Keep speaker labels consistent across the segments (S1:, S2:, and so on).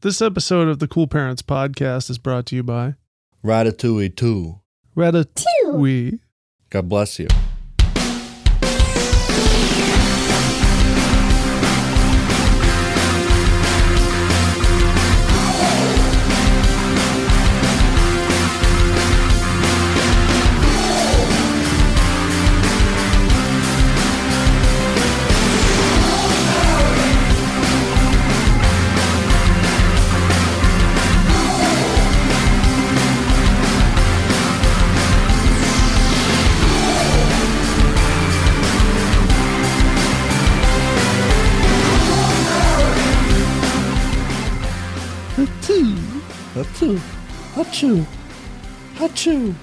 S1: This episode of the Cool Parents Podcast is brought to you by
S2: Ratatouille 2.
S1: Ratatouille.
S2: God bless you. Achoo. Achoo. Achoo.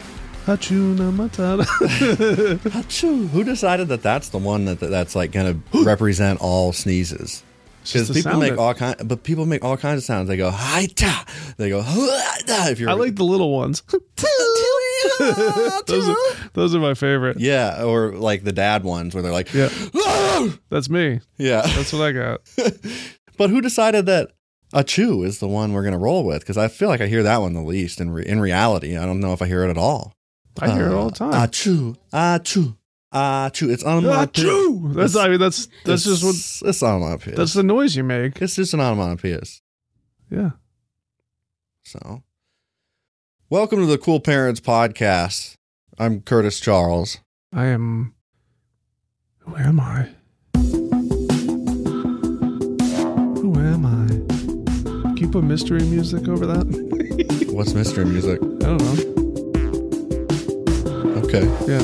S1: Hachuna Matata.
S2: Achoo. Who decided that that's the one that that's like going to represent all sneezes?
S1: It's just
S2: Because
S1: the
S2: people
S1: sound
S2: make
S1: it-
S2: all kind, but people make all kinds of sounds. They go hi ta. They go "Huah-ta," if you're.
S1: I like the little ones. those, are, those are my favorite.
S2: Yeah, or like the dad ones where they're like,
S1: Yeah.
S2: "Ah!"
S1: That's me.
S2: yeah.
S1: That's what I got.
S2: But who decided that achoo is the one we're going to roll with? Because I feel like I hear that one the least. In re- in reality, I don't know if I hear it at all.
S1: I hear it all the time.
S2: Uh, achoo, achoo, achoo. It's onomatopoeia.
S1: Achoo! That's I mean that's that's just what
S2: It's- It's onomatopoeia.
S1: that's the noise you make.
S2: it's just an onomatopoeia.
S1: Yeah.
S2: So, welcome to the Cool Parents Podcast. I'm Curtis Charles.
S1: I am Who am I? Who am I? Can you put mystery music over that?
S2: What's mystery music?
S1: I don't know.
S2: Okay.
S1: Yeah.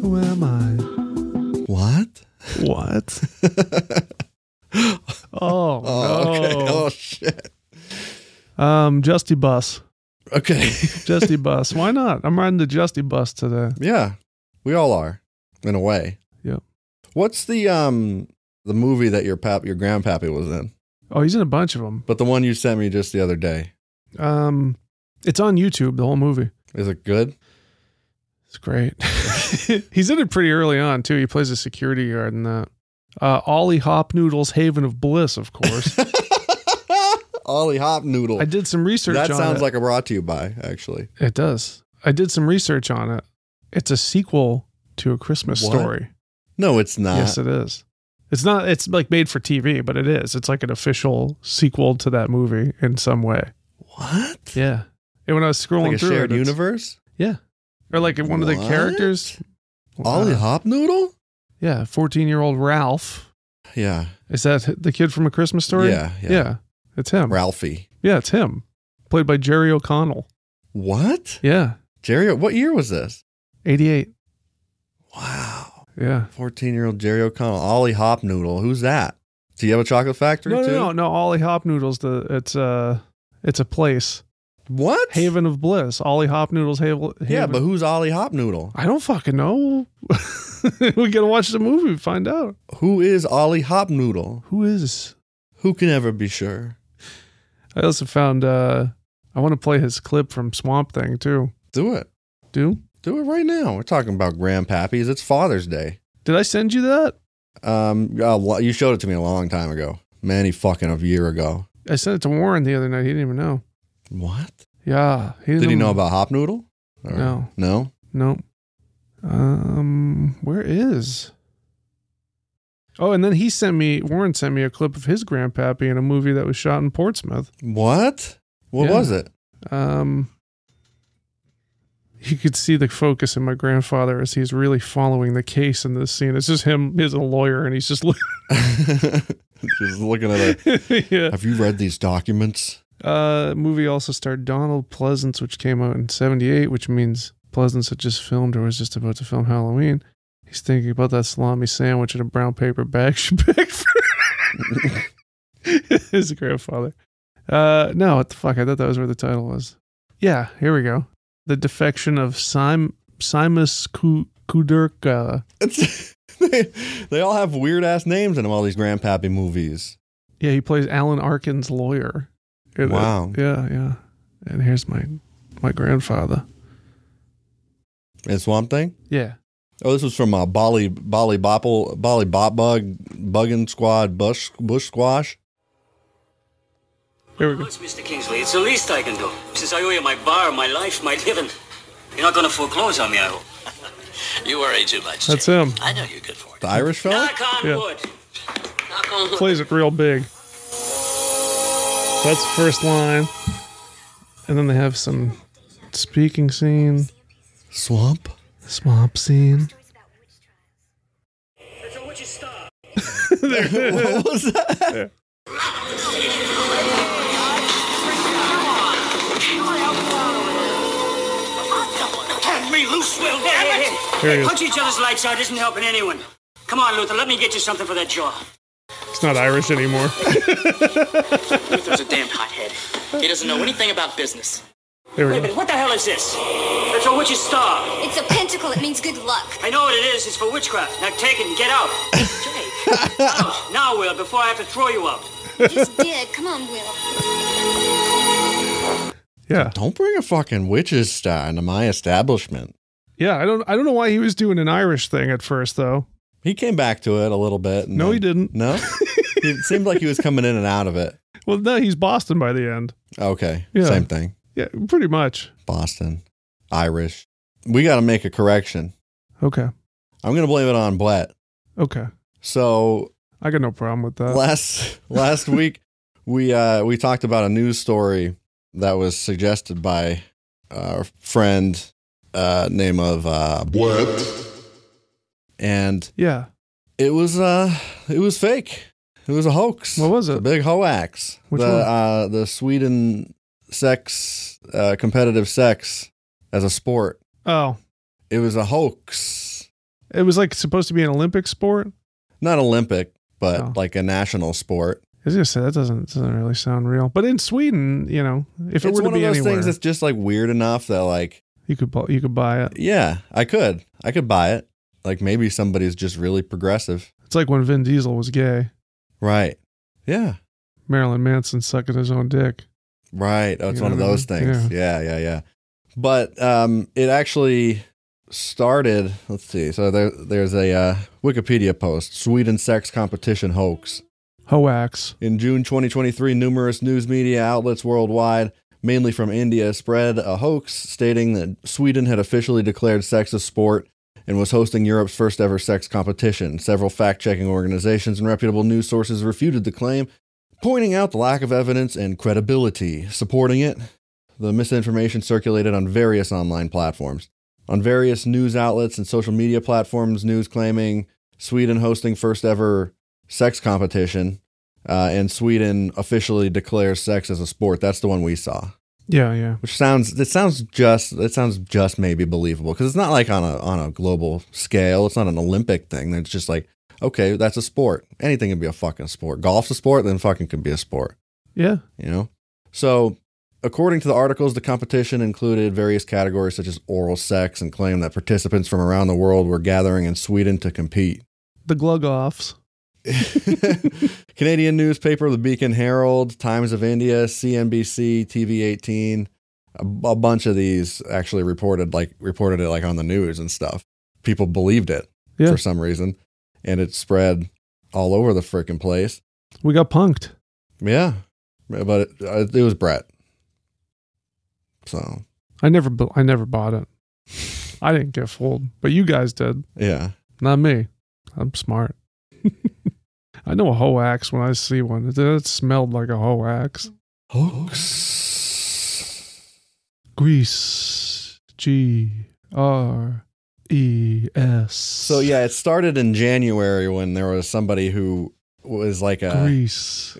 S1: Who am I?
S2: What?
S1: What? oh,
S2: Oh,
S1: no.
S2: okay. Oh shit.
S1: Um, Justy Bus.
S2: Okay.
S1: Justy Bus. Why not? I'm riding the Justy Bus today.
S2: yeah, we all are, in a way.
S1: Yep.
S2: What's the um the movie that your pap your grandpappy was in?
S1: Oh, he's in a bunch of them.
S2: But the one you sent me just the other day
S1: Um, it's on YouTube. The whole movie.
S2: is it good?
S1: It's great. he's in it pretty early on too. He plays a security guard in that. Uh, Ollie Hop Noodles Haven of Bliss, of course.
S2: Ollie Hop Noodle.
S1: I did some research.
S2: That
S1: on
S2: sounds
S1: it.
S2: like a brought to you by actually.
S1: It does. I did some research on it. It's a sequel to a Christmas
S2: What?
S1: story.
S2: No, it's not.
S1: Yes, it is. It's not. It's like made for TV, but it is. It's like an official sequel to that movie in some way.
S2: what?
S1: Yeah. And when I was scrolling
S2: like a
S1: through
S2: shared
S1: it, it's-
S2: universe.
S1: or like one of the
S2: What?
S1: characters,
S2: Ollie
S1: Uh,
S2: Hop Noodle.
S1: yeah, fourteen-year-old Ralph.
S2: Yeah.
S1: Is that the kid from A Christmas Story?
S2: Yeah, yeah.
S1: yeah, it's him.
S2: Ralphie.
S1: Yeah, it's him, played by Jerry O'Connell.
S2: What?
S1: Yeah,
S2: Jerry, what year was this?
S1: eighty-eight.
S2: Wow.
S1: Yeah.
S2: 14 year old Jerry O'Connell. Ollie Hop Noodle. Who's that? Do you have a chocolate factory
S1: No, no,
S2: too?
S1: no, no. Ollie Hop Noodles. The it's uh it's a place,
S2: What?
S1: Haven of Bliss. Ollie Hop Noodles. Haven.
S2: Yeah, but who's Ollie Hop Noodle?
S1: I don't fucking know. we gotta watch the movie and find out.
S2: Who is Ollie Hop Noodle?
S1: Who is?
S2: Who can ever be sure?
S1: I also found. uh I want to play his clip from Swamp Thing too.
S2: Do it.
S1: Do
S2: Do it right now. We're talking about grandpappies. It's Father's Day.
S1: did I send you that?
S2: Um, a lo- you showed it to me a long time ago. Many fucking a year ago.
S1: I sent it to Warren the other night. He didn't even know.
S2: What?
S1: Yeah, he
S2: Did he
S1: even-
S2: know about Hop Noodle? Or-
S1: No.
S2: No?
S1: No. Um, where is? Oh, and then he sent me. Warren sent me a clip of his grandpappy in a movie that was shot in Portsmouth.
S2: What? What
S1: Yeah.
S2: was it?
S1: Um, you could see the focus in my grandfather as he's really following the case in this scene. It's just him as a lawyer, and he's just looking.
S2: Just looking at it.
S1: yeah.
S2: Have you read these documents?
S1: Uh, movie also starred Donald Pleasance, which came out in '78, which means Pleasance had just filmed or was just about to film Halloween. He's thinking about that salami sandwich in a brown paper bag she packed for his grandfather. Uh, no, what the fuck? I thought that was where the title was. Yeah, here we go. The defection of Sim Simus Ku- Kuderka.
S2: It's, they, they all have weird ass names in them, all these grandpappy movies.
S1: Yeah, he plays Alan Arkin's lawyer. in it.
S2: Wow.
S1: Yeah, yeah. And here's my my grandfather.
S2: And Swamp Thing?
S1: Yeah.
S2: Oh, this was from uh, Bolly Bolly Bopple Bolly Bop Bug Buggin Squad Bush Bush Squash.
S1: Here we go.
S3: course, Mr. Kingsley, it's the least I can do. Since I owe you my bar, my life, my living, you're not going to foreclose on me, I hope.
S4: You worry too much.
S1: That's
S4: Jim.
S1: him.
S4: I know you're good for it.
S2: The Irish fella?
S3: Knock on
S1: Yeah.
S3: wood.
S4: Knock on wood.
S1: Plays it real big. That's the first line. And then they have some speaking scene,
S2: Swamp?
S1: swamp scene.
S2: what was that?
S3: Turn me loose, Will. Hey, hey, hey.
S1: Here he is.
S3: Punch each other's lights out isn't helping anyone. Come on, Luther, let me get you something for that jaw.
S1: It's not Irish anymore.
S5: Luther's a damn hothead. He doesn't know anything about business.
S1: Here we
S3: Wait a
S1: go.
S3: minute, what the hell is this? It's a witch's star.
S6: It's a pentacle. It means good luck.
S3: I know what it is. It's for witchcraft. Now take it and get out. Jake. Out. Now, Will, before I have to throw you out.
S6: You just did. Come on, Will.
S1: Yeah.
S2: Don't bring a fucking witch's star into my establishment.
S1: Yeah, I don't I don't know why he was doing an Irish thing at first though.
S2: He came back to it a little bit. and
S1: No,
S2: then-
S1: he didn't.
S2: No? it seemed like he was coming in and out of it.
S1: Well, no, he's Boston by the end.
S2: Okay.
S1: Yeah.
S2: Same thing.
S1: Yeah, pretty much.
S2: Boston. Irish. We got to make a correction.
S1: Okay.
S2: I'm going to blame it on Blatt.
S1: Okay.
S2: So
S1: I got no problem with that.
S2: last last week we uh we talked about a news story that was suggested by our friend uh name of uh and
S1: Yeah.
S2: it was uh it was fake it was a hoax
S1: What was
S2: a
S1: it?
S2: big hoax
S1: Which
S2: the
S1: one?
S2: uh the sweden sex uh competitive sex as a sport
S1: Oh,
S2: it was a hoax
S1: it was like supposed to be an Olympic sport.
S2: not olympic but
S1: Oh.
S2: like a national sport
S1: I was gonna say that doesn't doesn't really sound real. But in Sweden, you know, if it
S2: it's
S1: were to
S2: one of
S1: be
S2: those
S1: anywhere,
S2: things that's just like weird enough that like
S1: you could bu- you could buy it.
S2: Yeah, I could. I could buy it. Like maybe somebody's just really progressive.
S1: It's like when Vin Diesel was gay.
S2: Right. Yeah.
S1: Marilyn Manson sucking his own dick.
S2: Right. Oh, it's
S1: You
S2: one
S1: know
S2: of
S1: what I
S2: those
S1: mean?
S2: things. Yeah. yeah, yeah, But um it actually started, let's see. So there there's a uh, Wikipedia post, Sweden sex competition hoax.
S1: Hoax.
S2: In June 2023, numerous news media outlets worldwide, mainly from India, spread a hoax stating that Sweden had officially declared sex a sport and was hosting Europe's first ever sex competition. Several fact checking organizations and reputable news sources refuted the claim, pointing out the lack of evidence and credibility supporting it. The misinformation circulated on various online platforms. On various news outlets and social media platforms, news claiming Sweden hosting first ever sex competition uh, and Sweden officially declares sex as a sport. That's the one we saw,
S1: Yeah, yeah.
S2: which sounds it sounds just it sounds just maybe believable because it's not like on a on a global scale. It's not an Olympic thing. It's just like okay, that's a sport. Anything can be a fucking sport. Golf's a sport, then fucking could be a sport.
S1: Yeah.
S2: You know. So according to the articles, the competition included various categories such as oral sex and claimed that participants from around the world were gathering in Sweden to compete.
S1: The glug offs.
S2: Canadian newspaper, the Beacon Herald, Times of India, CNBC, TV18, a, a bunch of these actually reported like reported it like on the news and stuff. People believed it
S1: Yeah.
S2: for some reason, and it spread all over the freaking place.
S1: We got punked.
S2: Yeah, but it, uh, it was Brett. So
S1: I never bu- I never bought it. I didn't get fooled, but you guys did.
S2: yeah,
S1: Not me. I'm smart. I know a hoax when I see one. It, it smelled like a hoax.
S2: hoax.
S1: Grease. G R E S.
S2: So yeah, it started in January when there was somebody who was like a.
S1: Grease.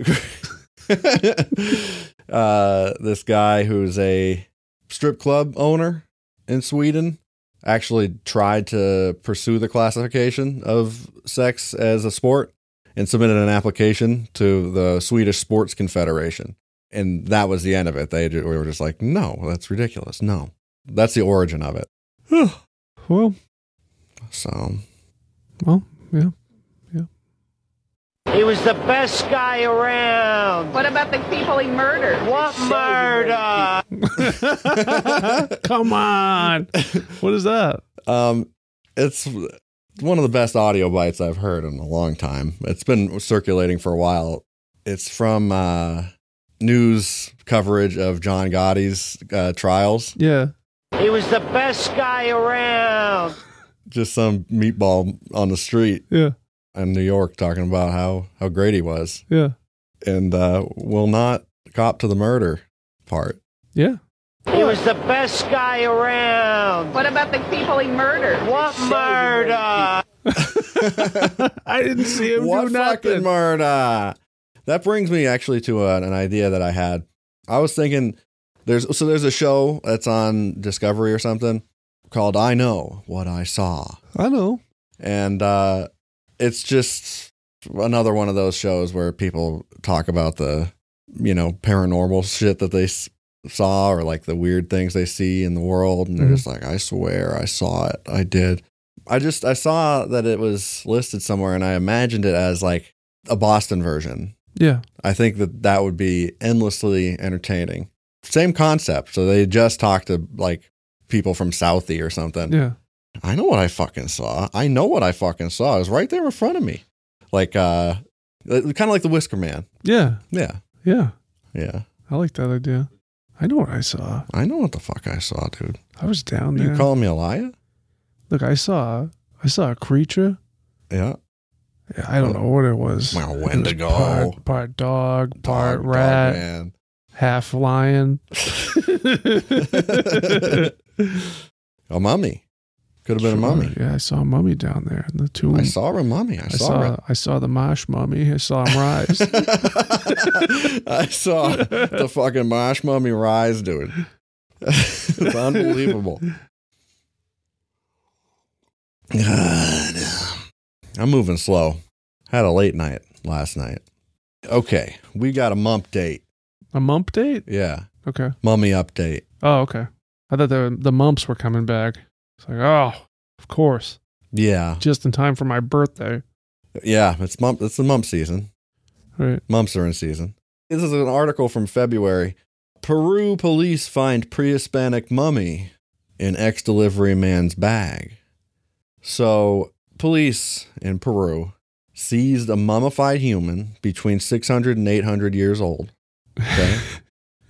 S2: uh, this guy who's a strip club owner in Sweden actually tried to pursue the classification of sex as a sport and submitted an application to the Swedish Sports Confederation. And that was the end of it. They ju- we were just like, no, that's ridiculous. No, that's the origin of it.
S1: Well,
S2: So
S1: well, yeah.
S7: He was the best guy around.
S8: What about the people he murdered?
S7: What murder?
S1: Come on. What is that?
S2: Um, it's one of the best audio bites I've heard in a long time. It's been circulating for a while. It's from uh, news coverage of John Gotti's uh, trials.
S1: Yeah.
S7: He was the best guy around.
S2: Just some meatball on the street
S1: Yeah.
S2: in New York talking about how how great he was,
S1: Yeah.
S2: and uh, will not cop to the murder part.
S1: Yeah.
S7: He was the best guy around.
S8: What about the people he murdered?
S7: What murder?
S1: I didn't see him
S2: what
S1: do
S2: fucking
S1: nothing.
S2: murder? That brings me actually to uh, an, an idea that I had. I was thinking there's so there's a show that's on Discovery or something called I Know What I Saw,
S1: I know.
S2: and uh, it's just another one of those shows where people talk about the you know paranormal shit that they s- saw or like the weird things they see in the world, and they're
S1: Mhm.
S2: just like, I swear I saw it, I did. I just I saw that it was listed somewhere, and I imagined it as like a Boston version.
S1: Yeah.
S2: I think that that would be endlessly entertaining. Same concept. So they just talk to like people from Southie or something.
S1: Yeah.
S2: I know what I fucking saw. I know what I fucking saw. It was right there in front of me. Like uh kind of like the Whisker Man.
S1: Yeah.
S2: Yeah.
S1: Yeah.
S2: Yeah.
S1: I like that idea. I know what I saw.
S2: I know what the fuck I saw, dude.
S1: I was down
S2: You
S1: there.
S2: calling me a liar?
S1: Look, I saw I saw a creature.
S2: Yeah.
S1: I don't know what it was.
S2: Well,
S1: It was
S2: Wendigo.
S1: Part, part dog, part
S2: Dog, dog
S1: rat,
S2: man.
S1: half lion.
S2: a mummy. Could have been a mummy.
S1: Yeah, I saw a mummy down there in the tomb.
S2: I saw a mummy. I
S1: I
S2: saw,
S1: saw, I saw the marsh mummy. I saw him rise.
S2: it. I saw the fucking Mosh Mummy rise, dude. it's unbelievable. God. I'm moving slow. Had a late night last night. Okay, we got a mump date.
S1: a mump date?
S2: Yeah,
S1: Okay.
S2: mummy update.
S1: Oh, okay. I thought the the mumps were coming back. It's like, oh, of course,
S2: Yeah,
S1: just in time for my birthday.
S2: yeah. It's mump. It's the mump season.
S1: Right.
S2: Mumps are in season. This is an article from February. Peru police find pre-Hispanic mummy in ex-delivery man's bag. So, police in Peru seized a mummified human between 600 and 800 years old. Okay?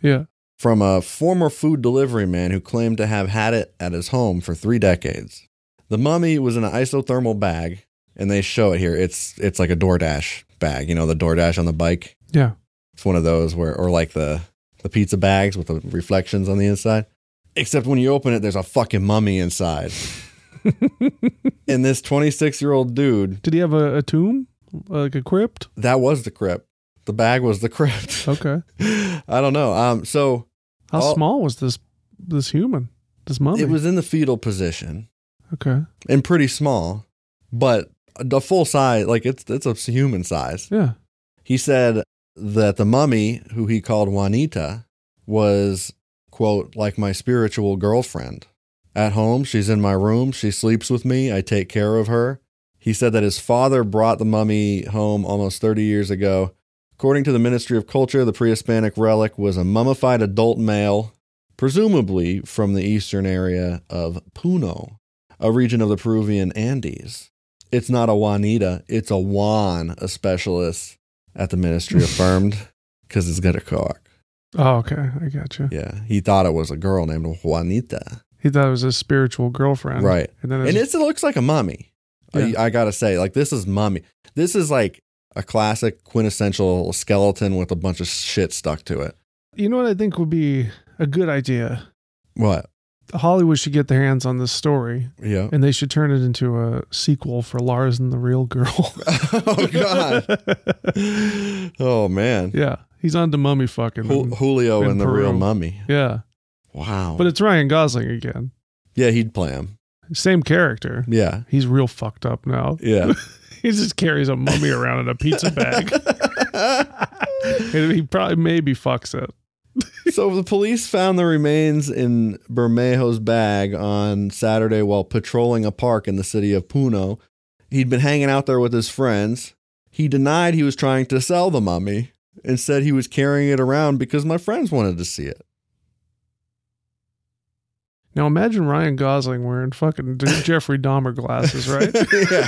S1: Yeah.
S2: from a former food delivery man who claimed to have had it at his home for three decades. The mummy was in an isothermal bag, and they show it here. It's it's like a DoorDash bag, you know, the DoorDash on the bike.
S1: Yeah.
S2: It's one of those where, or like the the pizza bags with the reflections on the inside. Except when you open it, there's a fucking mummy inside. and this 26 year old dude,
S1: Did he have a, a tomb, like a crypt?
S2: that was the crypt. The bag was the crypt.
S1: Okay.
S2: I don't know. Um, so
S1: How
S2: Oh.
S1: small was this this human? This mummy?
S2: it was in the fetal position.
S1: okay.
S2: and pretty small, but the full size, like it's it's a human size.
S1: Yeah.
S2: He said that the mummy, who he called Juanita, was quote like my spiritual girlfriend. At home, she's in my room. She sleeps with me. I take care of her. He said that his father brought the mummy home almost 30 years ago. According to the Ministry of Culture, the pre Hispanic relic was a mummified adult male, presumably from the eastern area of Puno, a region of the Peruvian Andes. It's not a Juanita, it's a Juan, a specialist at the ministry affirmed because it's got a cock.
S1: Oh, okay. I gotcha.
S2: Yeah, he thought it was a girl named Juanita.
S1: He thought it was his spiritual girlfriend.
S2: Right.
S1: And then it was,
S2: And it's, it looks like a mummy.
S1: Yeah.
S2: I, I gotta say, like, this is mummy. This is like a classic quintessential skeleton with a bunch of shit stuck to it.
S1: you know what I think would be a good idea?
S2: What?
S1: Hollywood should get their hands on this story
S2: Yeah.
S1: and they should turn it into a sequel for Lars and the Real Girl.
S2: oh, God. oh, man.
S1: yeah. He's on to mummy fucking.
S2: Ju- Julio
S1: in
S2: and the
S1: Peru.
S2: real mummy.
S1: yeah.
S2: Wow.
S1: But it's Ryan Gosling again.
S2: yeah, he'd play him.
S1: Same character.
S2: Yeah.
S1: He's real fucked up now.
S2: Yeah.
S1: He just carries a mummy around in a pizza bag. and he probably maybe fucks it.
S2: so the police found the remains in Bermejo's bag on Saturday while patrolling a park in the city of Puno. He'd been hanging out there with his friends. He denied he was trying to sell the mummy and said he was carrying it around because my friends wanted to see it.
S1: Now imagine Ryan Gosling wearing fucking Jeffrey Dahmer glasses, right?
S2: yeah.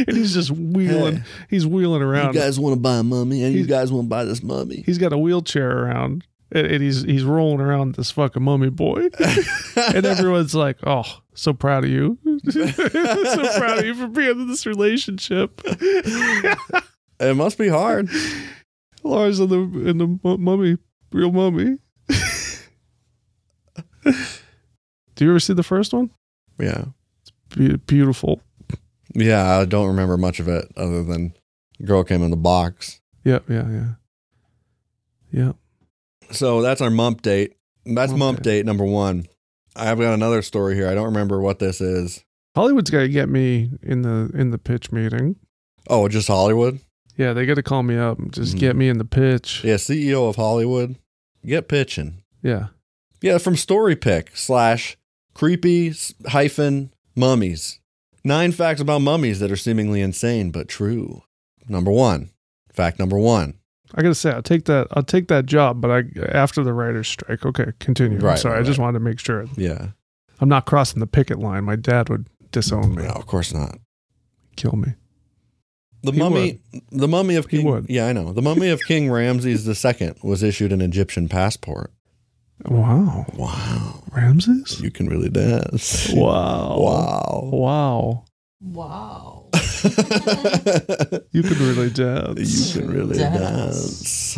S1: and he's just wheeling.
S2: Hey.
S1: He's wheeling
S2: You
S1: around.
S2: guys want to buy a mummy, and you
S1: He's-
S2: guys want to buy this mummy.
S1: he's got a wheelchair around, and, and he's he's rolling around this fucking mummy boy, and everyone's like, "Oh, so proud of you, so proud of you for being in this relationship."
S2: It must be hard.
S1: Laura's in the in the mu- mummy, real mummy. Do you ever see the first one?
S2: Yeah.
S1: Be- beautiful.
S2: Yeah, I don't remember much of it other than girl came in the box.
S1: Yeah, yeah, yeah, yeah.
S2: So that's our mump date. That's
S1: Mump
S2: mump, date. number one. I've got another story here. I don't remember what this is.
S1: Hollywood's got to get me in the in the pitch meeting.
S2: Oh, just Hollywood?
S1: Yeah, they got to call me up and just
S2: Mhm.
S1: get me in the pitch.
S2: Yeah, CEO of Hollywood. Get pitching.
S1: yeah.
S2: Yeah, from StoryPick slash creepy s- hyphen mummies. Nine facts about mummies that are seemingly insane but true. Number one. Fact number one.
S1: I gotta say, I'll take that. I'll take that job, but I after the writer's strike. Okay, continue. I'm
S2: Right,
S1: sorry,
S2: right,
S1: I just
S2: right.
S1: wanted to make sure
S2: Yeah.
S1: I'm not crossing the picket line. My dad would disown me,
S2: No, of course not.
S1: kill me.
S2: The
S1: He
S2: mummy, the mummy of
S1: He
S2: King.
S1: would.
S2: Yeah, I know. The mummy of King Ramses II was issued an Egyptian passport.
S1: Wow,
S2: Wow,
S1: Ramses.
S2: you can really dance.
S1: Wow,
S2: Wow.
S1: wow. You could really
S2: you
S1: dance.
S2: can really dance.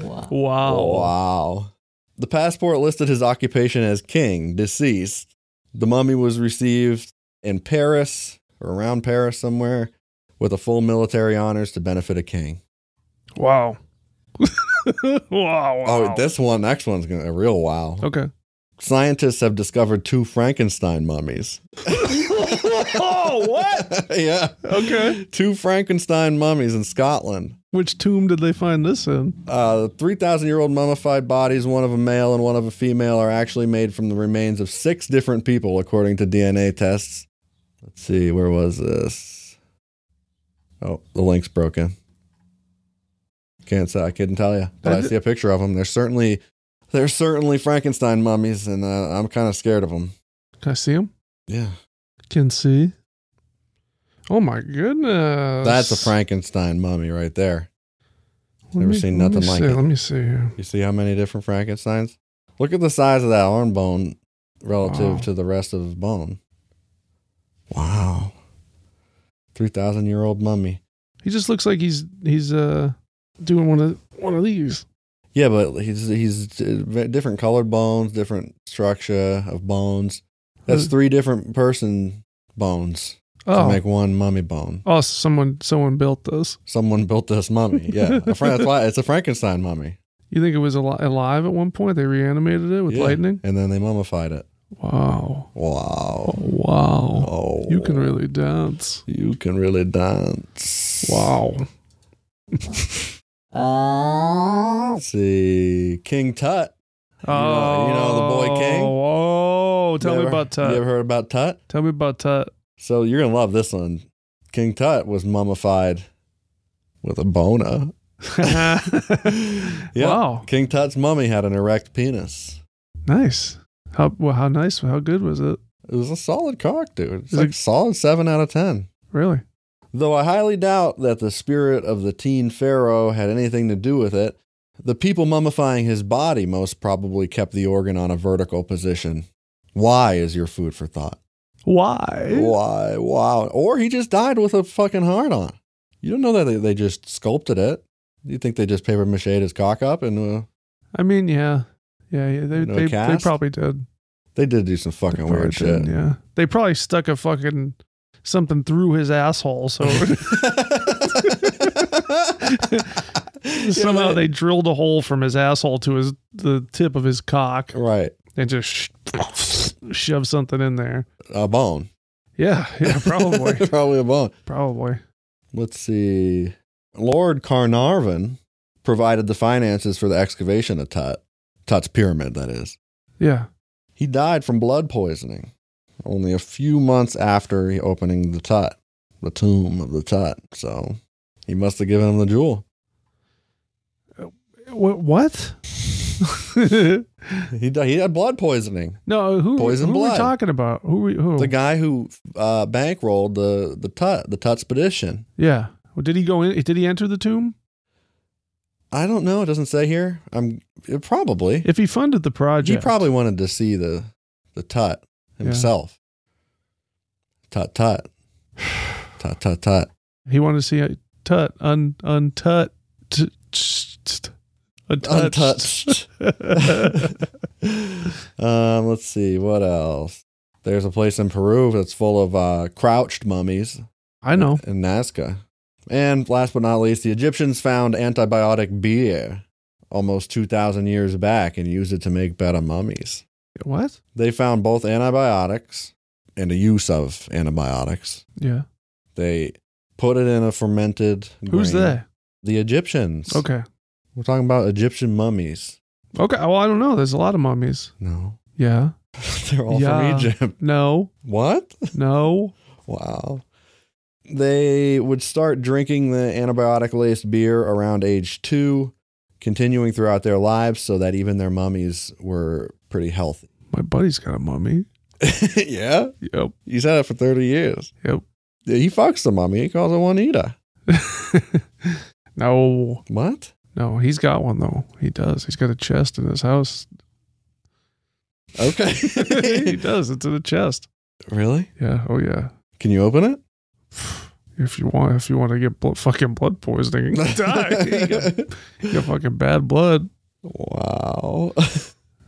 S1: Wow.
S2: Wow. The passport listed his occupation as king, deceased. The mummy was received in Paris or around Paris somewhere with a full military honors to benefit a king.
S1: wow, wow, wow.
S2: Oh, this one, next one's gonna a real wow.
S1: okay.
S2: scientists have discovered two Frankenstein mummies.
S1: Oh, what?
S2: yeah.
S1: Okay.
S2: Two Frankenstein mummies in Scotland.
S1: Which tomb did they find this in?
S2: Uh, 3,000 year old mummified bodies, one of a male and one of a female, are actually made from the remains of six different people, according to DNA tests. Let's see, where was this? Oh, the link's broken. Can't say, I couldn't tell you. But
S1: I
S2: I,
S1: did-
S2: see a picture of them. They're certainly, they're certainly Frankenstein mummies, and uh, I'm kind of scared of them.
S1: Can I see him?
S2: Yeah.
S1: Can see. Oh my goodness.
S2: That's a Frankenstein mummy right there.
S1: Let
S2: Never seen
S1: let
S2: nothing like
S1: see,
S2: it.
S1: Let me see here.
S2: You see how many different Frankensteins? Look at the size of that arm bone relative
S1: Wow.
S2: to the rest of the bone. Wow. 3,000 year old mummy.
S1: He just looks like he's he's uh doing one of one of these.
S2: Yeah, but he's he's uh, ve- different colored bones, different structure of bones. That's
S1: Uh,
S2: three different person bones
S1: Oh,
S2: to make one mummy bone.
S1: oh, someone someone built this.
S2: Someone built this mummy. Yeah, a Fran- that's why it's a Frankenstein mummy.
S1: You think it was al- alive at one point? They reanimated it with
S2: Yeah.
S1: lightning.
S2: and then they mummified it.
S1: Wow, Oh,
S2: Wow.
S1: wow.
S2: Oh,
S1: You can really dance.
S2: you can really dance.
S1: Wow.
S2: Let's see, King Tut. You know- you know the boy King?
S1: Oh, tell
S2: You
S1: me
S2: ever-
S1: about Tut.
S2: You ever heard about Tut?
S1: tell me about Tut.
S2: So you're gonna love this one. King Tut was mummified with a bona. Yeah.
S1: Wow.
S2: King Tut's mummy had an erect penis.
S1: Nice. How well, how nice? How good was it?
S2: It was a solid cock, dude. It's
S1: Is
S2: like
S1: it-
S2: solid seven out of ten.
S1: Really?
S2: Though I highly doubt that the spirit of the teen pharaoh had anything to do with it, the people mummifying his body most probably kept the organ on a vertical position. Why is your food for thought?
S1: Why?
S2: Why? Wow. Or he just died with a fucking heart on. You don't know that they, they just sculpted it. You think they just paper mache his cock up and uh,
S1: I mean, yeah, yeah, yeah. They
S2: No
S1: they, they
S2: cast?
S1: probably did.
S2: they did do some fucking
S1: Probably
S2: weird
S1: did,
S2: shit.
S1: Yeah, they probably stuck a fucking something through his asshole. So
S2: Yeah,
S1: somehow
S2: but-
S1: they drilled a hole from his asshole to his the tip of his cock
S2: right
S1: and just sh- shove something in there.
S2: a bone
S1: Yeah, yeah, probably,
S2: probably a bone.
S1: probably.
S2: Let's see. Lord Carnarvon provided the finances for the excavation of Tut, Tut's pyramid, that is.
S1: Yeah.
S2: He died from blood poisoning only a few months after he opening the Tut, the tomb of the Tut. So he must have given him the jewel.
S1: Wh- What?
S2: He di- he had blood poisoning.
S1: no, who,
S2: Poison
S1: who are we
S2: blood.
S1: talking about? Who? we- Who?
S2: The guy who uh, bankrolled the the Tut the Tut's petition.
S1: yeah. Well, did he go in? Did he enter the tomb?
S2: I don't know. It doesn't say here. I'm it, probably
S1: If he funded the
S2: he
S1: project,
S2: probably wanted to see the the Tut himself. Tut Tut Tut Tut Tut.
S1: he wanted to see a tut un untut t- t- t- untouched.
S2: Untouched. Um, let's see what else. There's a place in Peru that's full of uh, crouched mummies
S1: I know.
S2: in Nazca. And last but not least, the Egyptians found antibiotic beer almost 2,000 years back and used it to make better mummies.
S1: What?
S2: They found both antibiotics and the use of antibiotics.
S1: Yeah.
S2: They put it in a fermented.
S1: Who's
S2: grain.
S1: that?
S2: The Egyptians.
S1: Okay.
S2: We're talking about Egyptian mummies.
S1: Okay. Well, I don't know. There's a lot of mummies.
S2: No.
S1: Yeah.
S2: They're all
S1: Yeah.
S2: from Egypt.
S1: No.
S2: What?
S1: No.
S2: Wow. They would start drinking the antibiotic laced beer around age two, continuing throughout their lives so that even their mummies were pretty healthy.
S1: My buddy's got a mummy.
S2: yeah.
S1: Yep.
S2: He's had it for 30 years.
S1: Yep.
S2: Yeah, He fucks the mummy. He calls it Juanita.
S1: No.
S2: What?
S1: No. He's got one though. He does. He's got a chest in his house. he
S2: Okay.
S1: does. It's in a chest.
S2: really?
S1: Yeah. Oh yeah.
S2: Can you open it?
S1: If you want, if you want to get blo- fucking blood poisoning, and die. you, got, you got fucking bad blood.
S2: wow.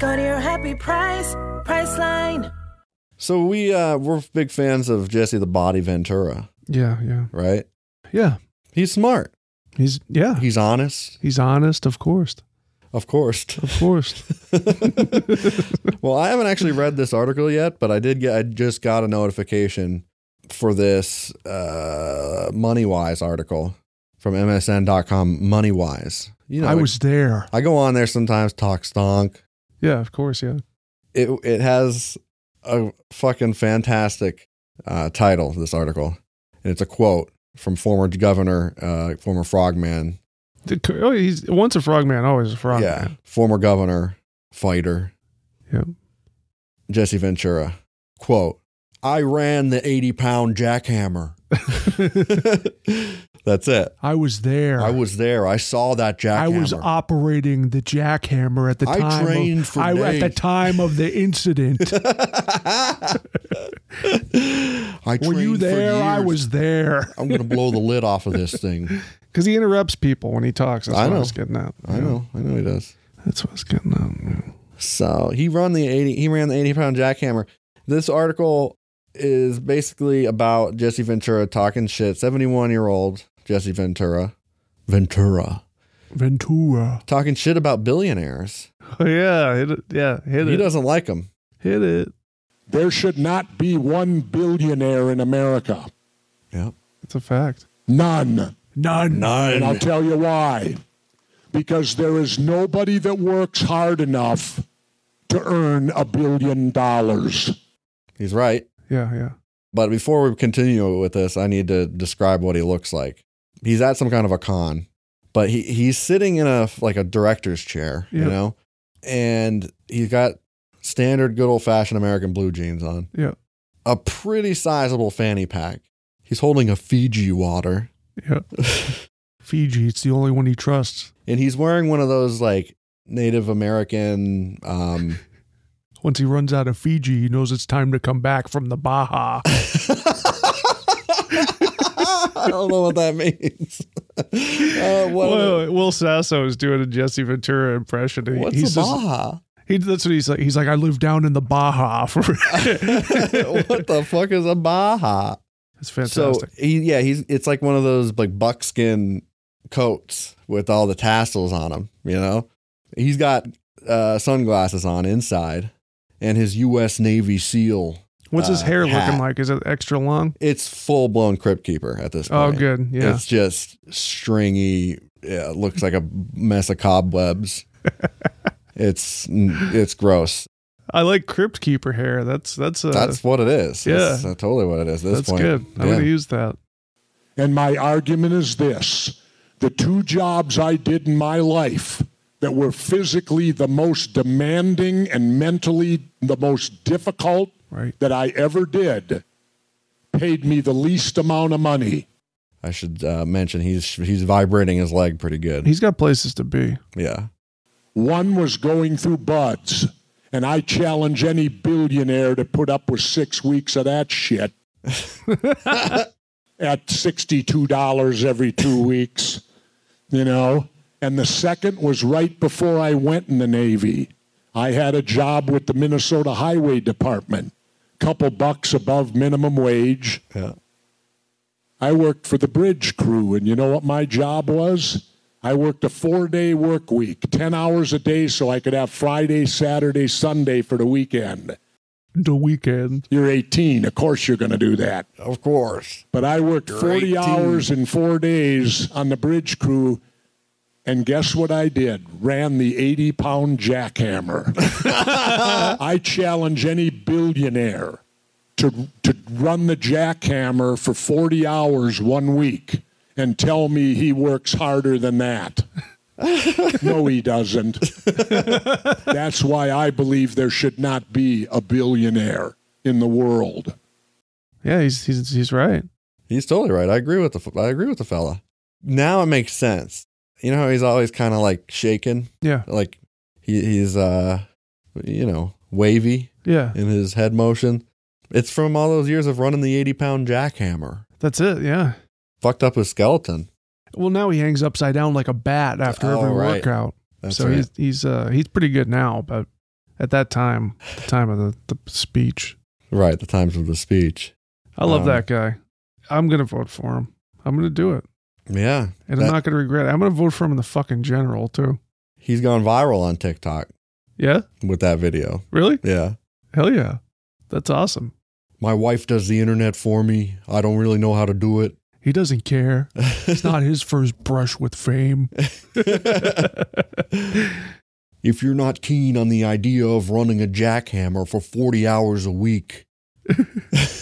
S9: Go to your happy price, Priceline.
S2: So we uh, we're big fans of Jesse the Body Ventura,
S1: Yeah. Yeah.
S2: right?
S1: Yeah.
S2: He's smart.
S1: He's yeah.
S2: He's honest.
S1: He's honest, of course.
S2: Of course.
S1: Of course.
S2: well, I haven't actually read this article yet, but I did get I just got a notification for this uh MoneyWise article from msn.com MoneyWise. You know,
S1: I was there.
S2: I go on there sometimes talk stonk.
S1: Yeah, of course. Yeah.
S2: It it has a fucking fantastic uh title this article. And it's a quote from former governor, uh former frogman.
S1: The- oh, he's once a frogman, always a frogman.
S2: Former governor, fighter,
S1: Yeah.
S2: Jesse Ventura. Quote, I ran the 80 pound jackhammer. That's it.
S1: I was there.
S2: I was there. I saw that jackhammer.
S1: I was operating the jackhammer at the
S2: I
S1: time.
S2: trained
S1: of,
S2: for
S1: I, at the
S2: days.
S1: time of the incident.
S2: I
S1: Were you
S2: trained for
S1: there? I
S2: years.
S1: was there.
S2: I'm going to blow the lid off of this thing.
S1: Because he interrupts people when he talks. That's
S2: I
S1: what I
S2: know.
S1: was getting at.
S2: I
S1: Yeah.
S2: know. I know he does.
S1: That's what I was getting at. man.
S2: So he run the eighty. He ran the eighty pound jackhammer. This article is basically about Jesse Ventura talking shit. Seventy one year old Jesse Ventura, Ventura
S1: Ventura.
S2: talking shit about billionaires.
S1: Oh, yeah. Hit it. Yeah. Hit
S2: He
S1: it.
S2: doesn't like them.
S1: Hit it.
S10: There should not be one billionaire in America.
S2: Yep.
S1: It's a fact.
S10: None.
S1: None.
S10: And I'll
S2: None.
S10: tell you why. Because there is nobody that works hard enough to earn a billion dollars.
S2: He's right.
S1: Yeah. Yeah.
S2: But before we continue with this, I need to describe what he looks like. He's at some kind of a con, but he, he's sitting in a like a director's chair, you
S1: Yep.
S2: know, and he's got standard good old fashioned American blue jeans on.
S1: Yeah.
S2: a pretty sizable fanny pack. He's holding a Fiji water
S1: Yeah. Fiji. It's the only one he trusts.
S2: and he's wearing one of those like Native American. Um,
S1: Once he runs out of Fiji, he knows it's time to come back from the Baja.
S2: I don't know what that means. uh, what
S1: Well, Will Sasso is doing a Jesse Ventura impression. He-
S2: what's
S1: he's
S2: a
S1: just-
S2: Baja?
S1: he, that's what he's like. He's like, I live down in the Baja. For
S2: what the fuck is a Baja?
S1: it's fantastic.
S2: So he, yeah, he's it's like one of those like buckskin coats with all the tassels on them, you know. He's got uh, sunglasses on inside and his U.S. Navy SEAL.
S1: What's his
S2: uh,
S1: hair
S2: hat.
S1: looking like? Is it extra long?
S2: It's full blown Crypt Keeper at this
S1: Oh,
S2: point.
S1: good. Yeah.
S2: It's just stringy. Yeah, it looks like a mess of cobwebs. it's it's gross.
S1: I like Crypt Keeper hair. That's that's uh,
S2: That's what it is.
S1: yeah.
S2: That's uh, totally what it is. At this
S1: that's
S2: point.
S1: good. I'm
S2: Yeah.
S1: gonna use that.
S10: And my argument is this the two jobs I did in my life that were physically the most demanding and mentally the most difficult
S1: Right.
S10: that I ever did paid me the least amount of money.
S2: I should uh, mention he's he's vibrating his leg pretty good.
S1: He's got places to be.
S2: yeah.
S10: One was going through buds, and I challenge any billionaire to put up with six weeks of that shit at $62 every two weeks, you know? And the second was right before I went in the Navy. I had a job with the Minnesota Highway Department, couple bucks above minimum wage.
S2: Yeah.
S10: I worked for the bridge crew, and you know what my job was? I worked a four day work week, 10 hours a day, so I could have Friday, Saturday, Sunday for the weekend.
S1: The weekend.
S10: You're 18, of course you're going to do that.
S2: Of course.
S10: But I worked
S2: You're
S10: 40
S2: 18.
S10: hours in four days on the bridge crew, and guess what I did? Ran the 80 pound jackhammer. I challenge any billionaire to, to run the jackhammer for 40 hours one week and tell me he works harder than that. no, he doesn't. That's why I believe there should not be a billionaire in the world.
S1: Yeah, he's he's he's right.
S2: He's totally right. I agree with the I agree with the fella. Now it makes sense. You know how he's always kind of like shaking,
S1: Yeah.
S2: like he, he's uh, you know, wavy
S1: Yeah.
S2: in his head motion. It's from all those years of running the eighty pound jackhammer.
S1: That's it. Yeah.
S2: Fucked up his skeleton.
S1: Well, now he hangs upside down like a bat after
S2: Oh,
S1: every
S2: right.
S1: workout.
S2: That's
S1: so
S2: right.
S1: he's he's uh he's pretty good now, but at that time, the time of the, the speech,
S2: right. The times of the speech.
S1: I love
S2: Um,
S1: that guy. I'm gonna vote for him. I'm gonna do it,
S2: Yeah,
S1: and
S2: That-
S1: I'm not gonna regret it. I'm gonna vote for him in the fucking general too.
S2: he's gone viral on TikTok
S1: Yeah.
S2: with that video.
S1: Really?
S2: Yeah.
S1: Hell yeah. That's awesome.
S2: My wife does the internet for me. I don't really know how to do it.
S1: He doesn't care. It's not his first brush with fame.
S2: If you're not keen on the idea of running a jackhammer for 40 hours a week,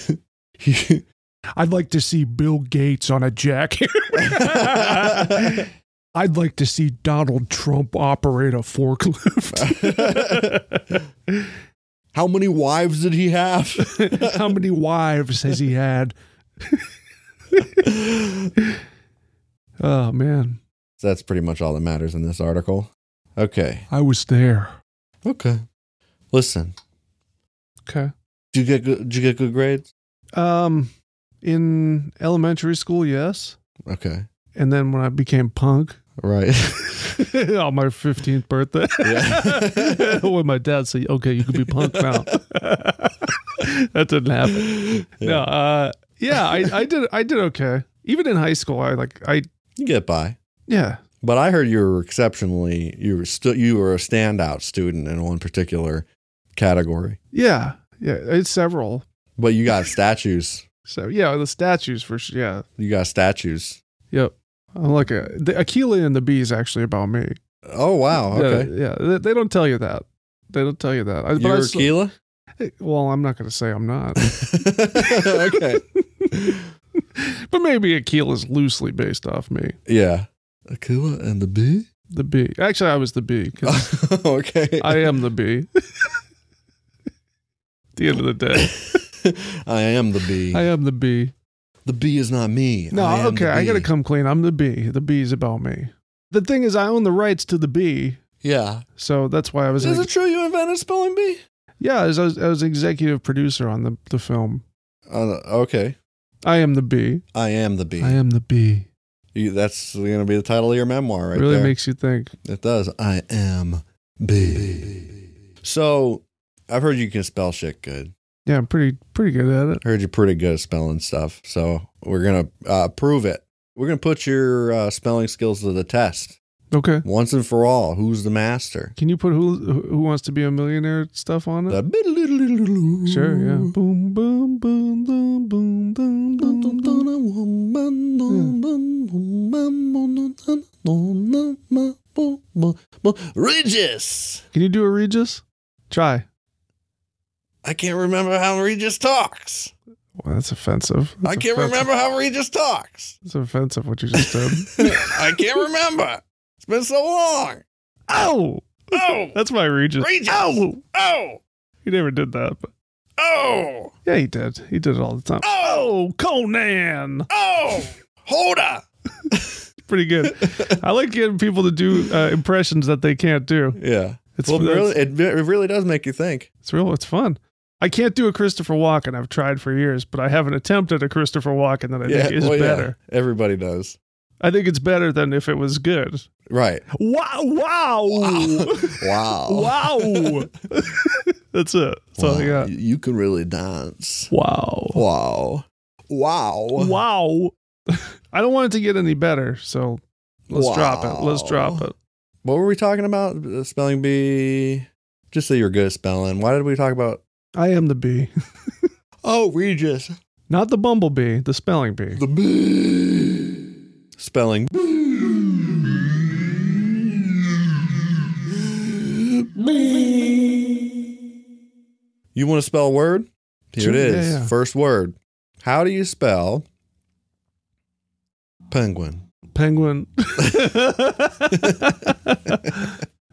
S1: I'd like to see Bill Gates on a jackhammer. I'd like to see Donald Trump operate a forklift.
S2: how many wives did he have?
S1: How many wives has he had? oh, man.
S2: That's pretty much all that matters in this article. Okay.
S1: I was there.
S2: Okay. Listen,
S1: Okay.
S2: did you get good, did you get good grades?
S1: Um, in elementary school, yes.
S2: Okay.
S1: And then when I became punk,
S2: Right.
S1: on my 15th birthday.
S2: Yeah.
S1: when my dad said, okay, you can be punk now. that didn't happen. No, uh, yeah, I, I did. I did okay. Even in high school, I like, I,
S2: You get by.
S1: yeah,
S2: But I heard you were exceptionally you were stu- you were a standout student in one particular category.
S1: yeah, yeah. It's several.
S2: But you got statues.
S1: So yeah, the statues for sure. Yeah.
S2: You got statues.
S1: Yep. I'm like a, the Aquila and the Bee is actually about me.
S2: Oh wow. Okay.
S1: Yeah. yeah, they, they don't tell you that. They don't tell you that. I, but I
S2: You're
S1: sl-
S2: Aquila?
S1: well, I'm not going to say I'm not,
S2: okay.
S1: but maybe Aquila is loosely based off me.
S2: Yeah. Aquila and the bee?
S1: The bee. Actually, I was the bee 'cause
S2: okay.
S1: I am the bee. At the end of the day,
S2: I am the bee.
S1: I am the bee.
S2: the bee is not me.
S1: No,
S2: I am
S1: okay,
S2: the
S1: I gotta
S2: bee.
S1: come clean. I'm the bee. The bee's about me. The thing is, I own the rights to the bee,
S2: Yeah.
S1: so that's why I was.
S2: Is
S1: An
S2: it true you invented spelling bee?
S1: yeah, I was, I was I was executive producer on the the film.
S2: Uh, okay.
S1: I am the bee.
S2: I am the bee.
S1: I am the bee.
S2: You, that's going to be the title of your memoir right
S1: really
S2: there.
S1: makes you think.
S2: It does. I am B. So I've heard you can spell shit good.
S1: Yeah, I'm pretty pretty good at it.
S2: Heard you're pretty good at spelling stuff. So we're gonna uh, prove it. We're gonna put your uh, spelling skills to the test.
S1: Okay.
S2: Once and for all, who's the master?
S1: Can you put who who wants to be a millionaire stuff on it?
S2: The-
S1: Sure, yeah.
S2: Boom, boom, boom, boom, boom, boom, boom, boom, boom, boom, boom, boom, boom, boom, boom, boom, boom, boom, boom, boom, boom. Regis!
S1: Can you do a Regis? Try.
S2: I can't remember how Regis talks.
S1: Well, that's offensive.
S2: I
S1: That's
S2: can't
S1: offensive.
S2: remember how Regis talks.
S1: It's offensive what you just said.
S2: I can't remember. It's been so long.
S1: oh,
S2: Oh,
S1: that's my Regis.
S2: Regis!
S1: Ow!
S2: oh,
S1: He never did that, but
S2: oh,
S1: yeah, he did. He did it all the time. Oh, Conan.
S2: oh, Hoda.
S1: Pretty good. I like getting people to do uh, impressions that they can't do.
S2: Yeah.
S1: It's
S2: well, it
S1: that's-
S2: really, it, it really does make you think.
S1: It's real. It's fun. I can't do a Christopher Walken. I've tried for years, but I haven't attempted a Christopher Walken that I think is
S2: well,
S1: better.
S2: Everybody does.
S1: I think it's better than if it was good.
S2: Right.
S1: Wow! Wow!
S2: Wow.
S1: wow! That's it. That's all I
S2: Wow.
S1: got.
S2: You- You can really dance.
S1: Wow!
S2: Wow. Wow.
S1: Wow! I don't want it to get any better, so let's drop it. Let's drop it.
S2: What were we talking about? Uh, Spelling bee. Just so you're good at spelling. Why did we talk about?
S1: I am the bee,
S2: Oh, Regis.
S1: not the bumblebee, the spelling bee.
S2: The bee. Spelling. You want to spell a word? Here it
S1: Sure,
S2: is.
S1: yeah, yeah.
S2: First word. How do you spell penguin?
S1: Penguin.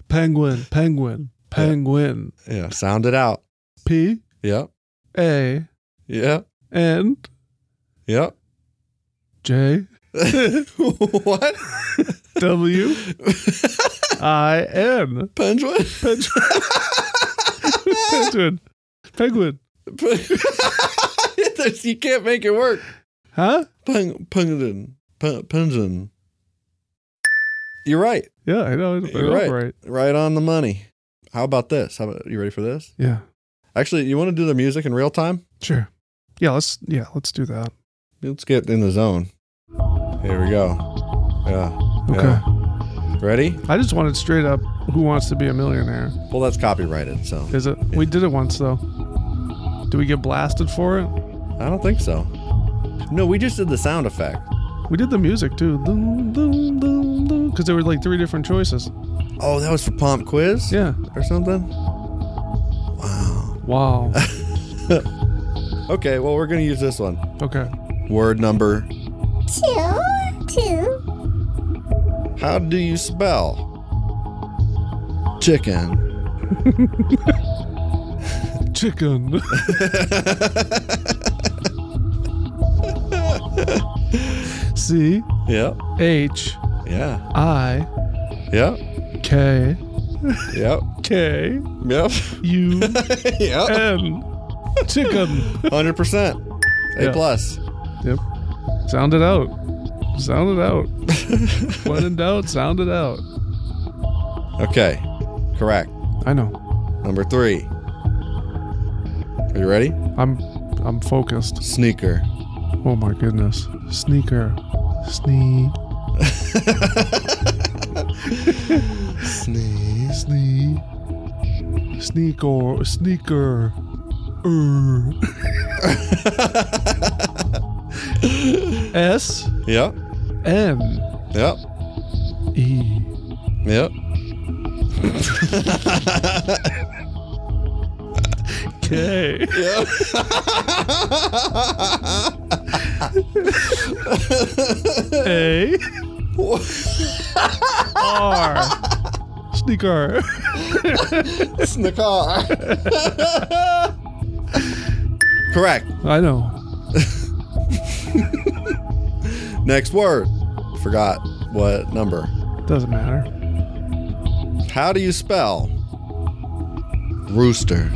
S1: penguin, penguin, penguin.
S2: Yeah, sound it out.
S1: P
S2: Yep.
S1: A
S2: Yep.
S1: N
S2: Yep.
S1: J
S2: what?
S1: W I N.
S2: Penguin?
S1: Penguin. Penguin.
S2: you can't make it work.
S1: Huh?
S2: Peng- Penguin. Pe- Penguin. You're right.
S1: Yeah, I know. I
S2: You're
S1: know,
S2: right. Right on the money. How about this? How about you ready for this?
S1: Yeah.
S2: Actually, you want to do the music in real time?
S1: Sure. Yeah, let's yeah, let's do that.
S2: Let's get in the zone. Here we go. Yeah.
S1: Okay.
S2: yeah. Ready?
S1: I just wanted straight up who wants to be a millionaire.
S2: Well, that's copyrighted, so
S1: Is it we did it once though. Do we get blasted for it?
S2: I don't think so. No, we just did the sound effect.
S1: We did the music too. Because there were like three different choices.
S2: Oh, that was for Pomp Quiz?
S1: Yeah.
S2: Or something?
S1: Wow.
S2: Okay, well, we're going to use this one.
S1: Okay.
S2: Word number.
S6: Two, two.
S2: How do you spell chicken?
S1: Chicken. C
S2: Yep.
S1: H
S2: Yeah.
S1: I
S2: Yep.
S1: K
S2: Yep.
S1: K
S2: Yep.
S1: U
S2: yep.
S1: N. Chicken.
S2: 100%. A
S1: Yeah.
S2: plus.
S1: Yep. Sound it out. Sound it out. when in doubt, sound it out.
S2: Okay. Correct.
S1: I know.
S2: Number three. Are you ready?
S1: I'm I'm focused.
S2: Sneaker.
S1: Oh my goodness. Sneaker. Snee.
S2: Sneak.
S1: Snee. Sneaker. Sneaker. Er. Er. S
S2: Yep.
S1: N
S2: Yep.
S1: E
S2: Yep.
S1: K. A R Sneaker.
S2: It's in the car. Correct.
S1: I know.
S2: Next word. Forgot what number.
S1: Doesn't matter.
S2: How do you spell rooster?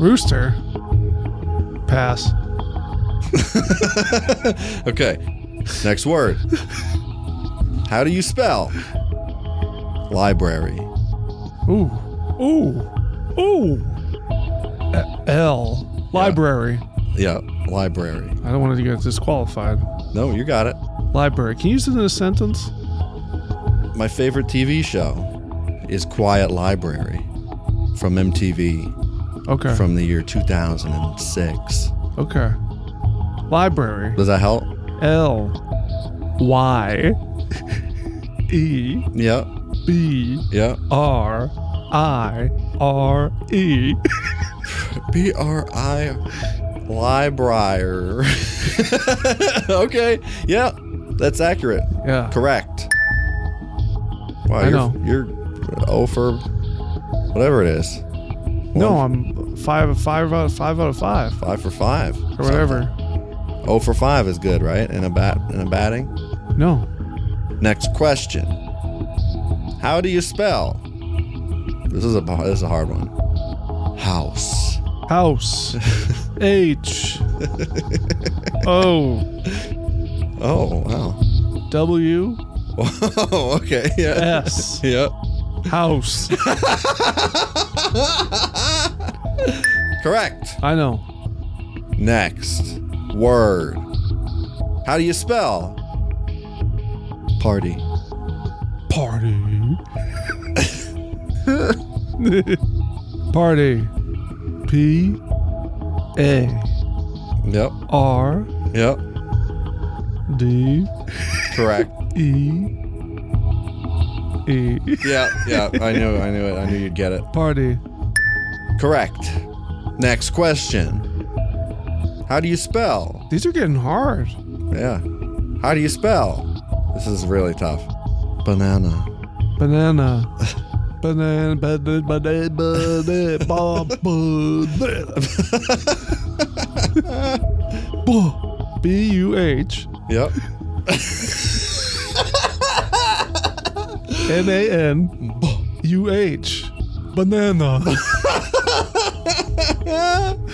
S1: Rooster. Pass.
S2: Okay. Next word. How do you spell library?
S1: Ooh. Ooh. Ooh. A- L. Library.
S2: Yeah, library.
S1: I don't want to get disqualified.
S2: No, you got it.
S1: Library. Can you use it in a sentence?
S2: my favorite TV show is Quiet Library from MTV.
S1: Okay.
S2: From the year 2006.
S1: Okay. Library.
S2: Does that help?
S1: L Y E
S2: Yep.
S1: B
S2: Yep.
S1: R I R E.
S2: B R I Libriar. okay. Yeah. That's accurate.
S1: Yeah.
S2: Correct. Wow,
S1: I
S2: you're
S1: know.
S2: you're oh for whatever it is.
S1: No, I'm five five out five out of five
S2: Five for five.
S1: or whatever.
S2: Oh for five is good, right? In a bat in a batting.
S1: No.
S2: Next question. How do you spell? This is a this is a hard one. House.
S1: House. H O
S2: Oh wow.
S1: W
S2: Oh okay. Yeah.
S1: S
S2: Yep.
S1: House.
S2: Correct.
S1: I know.
S2: Next word. How do you spell? Party.
S1: Party. Party. P A
S2: Yep.
S1: R
S2: Yep.
S1: D
S2: Correct.
S1: E E
S2: yeah. Yeah. I knew. I knew it. I knew you'd get it.
S1: Party.
S2: Correct. Next question. How do you spell?
S1: These are getting hard.
S2: Yeah. How do you spell? This is really tough. Banana.
S1: Banana. Banana, banana, banana, banana, ba- banana. Bu- B U H
S2: Yep.
S1: N A N U H banana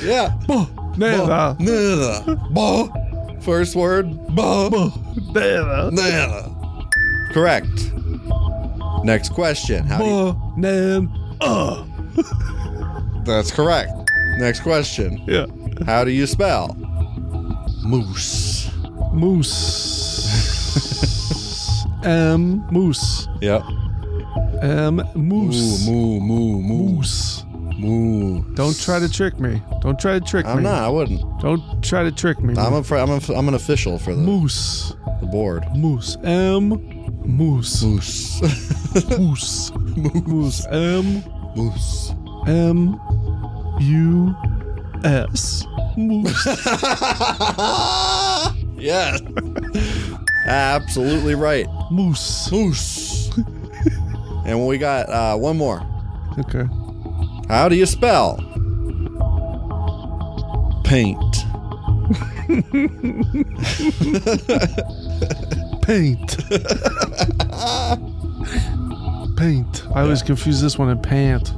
S2: Yeah.
S1: banana
S2: Banana. Ba. First word. Ba.
S1: banana
S2: Banana. Correct. Next question. How do you-
S1: banana.
S2: That's correct. Next question.
S1: Yeah,
S2: How do you spell? Moose.
S1: moose. M moose.
S2: Yep.
S1: M moose.
S2: Moo, moo, moo, moo.
S1: Moose.
S2: Moo.
S1: Don't try to trick me. Don't try to trick me.
S2: I'm not. I wouldn't.
S1: Don't try to trick me.
S2: I'm a. fr- I'm, a, I'm an official for the,
S1: moose.
S2: the board.
S1: Moose. M. Moose.
S2: Moose.
S1: Moose. Moose. M.
S2: Moose.
S1: M. U. S. Moose.
S2: yes. Absolutely right.
S1: Moose.
S2: Moose. and we got uh, one more.
S1: Okay.
S2: How do you spell? Paint.
S1: Paint. Paint. I always confuse this one and pant.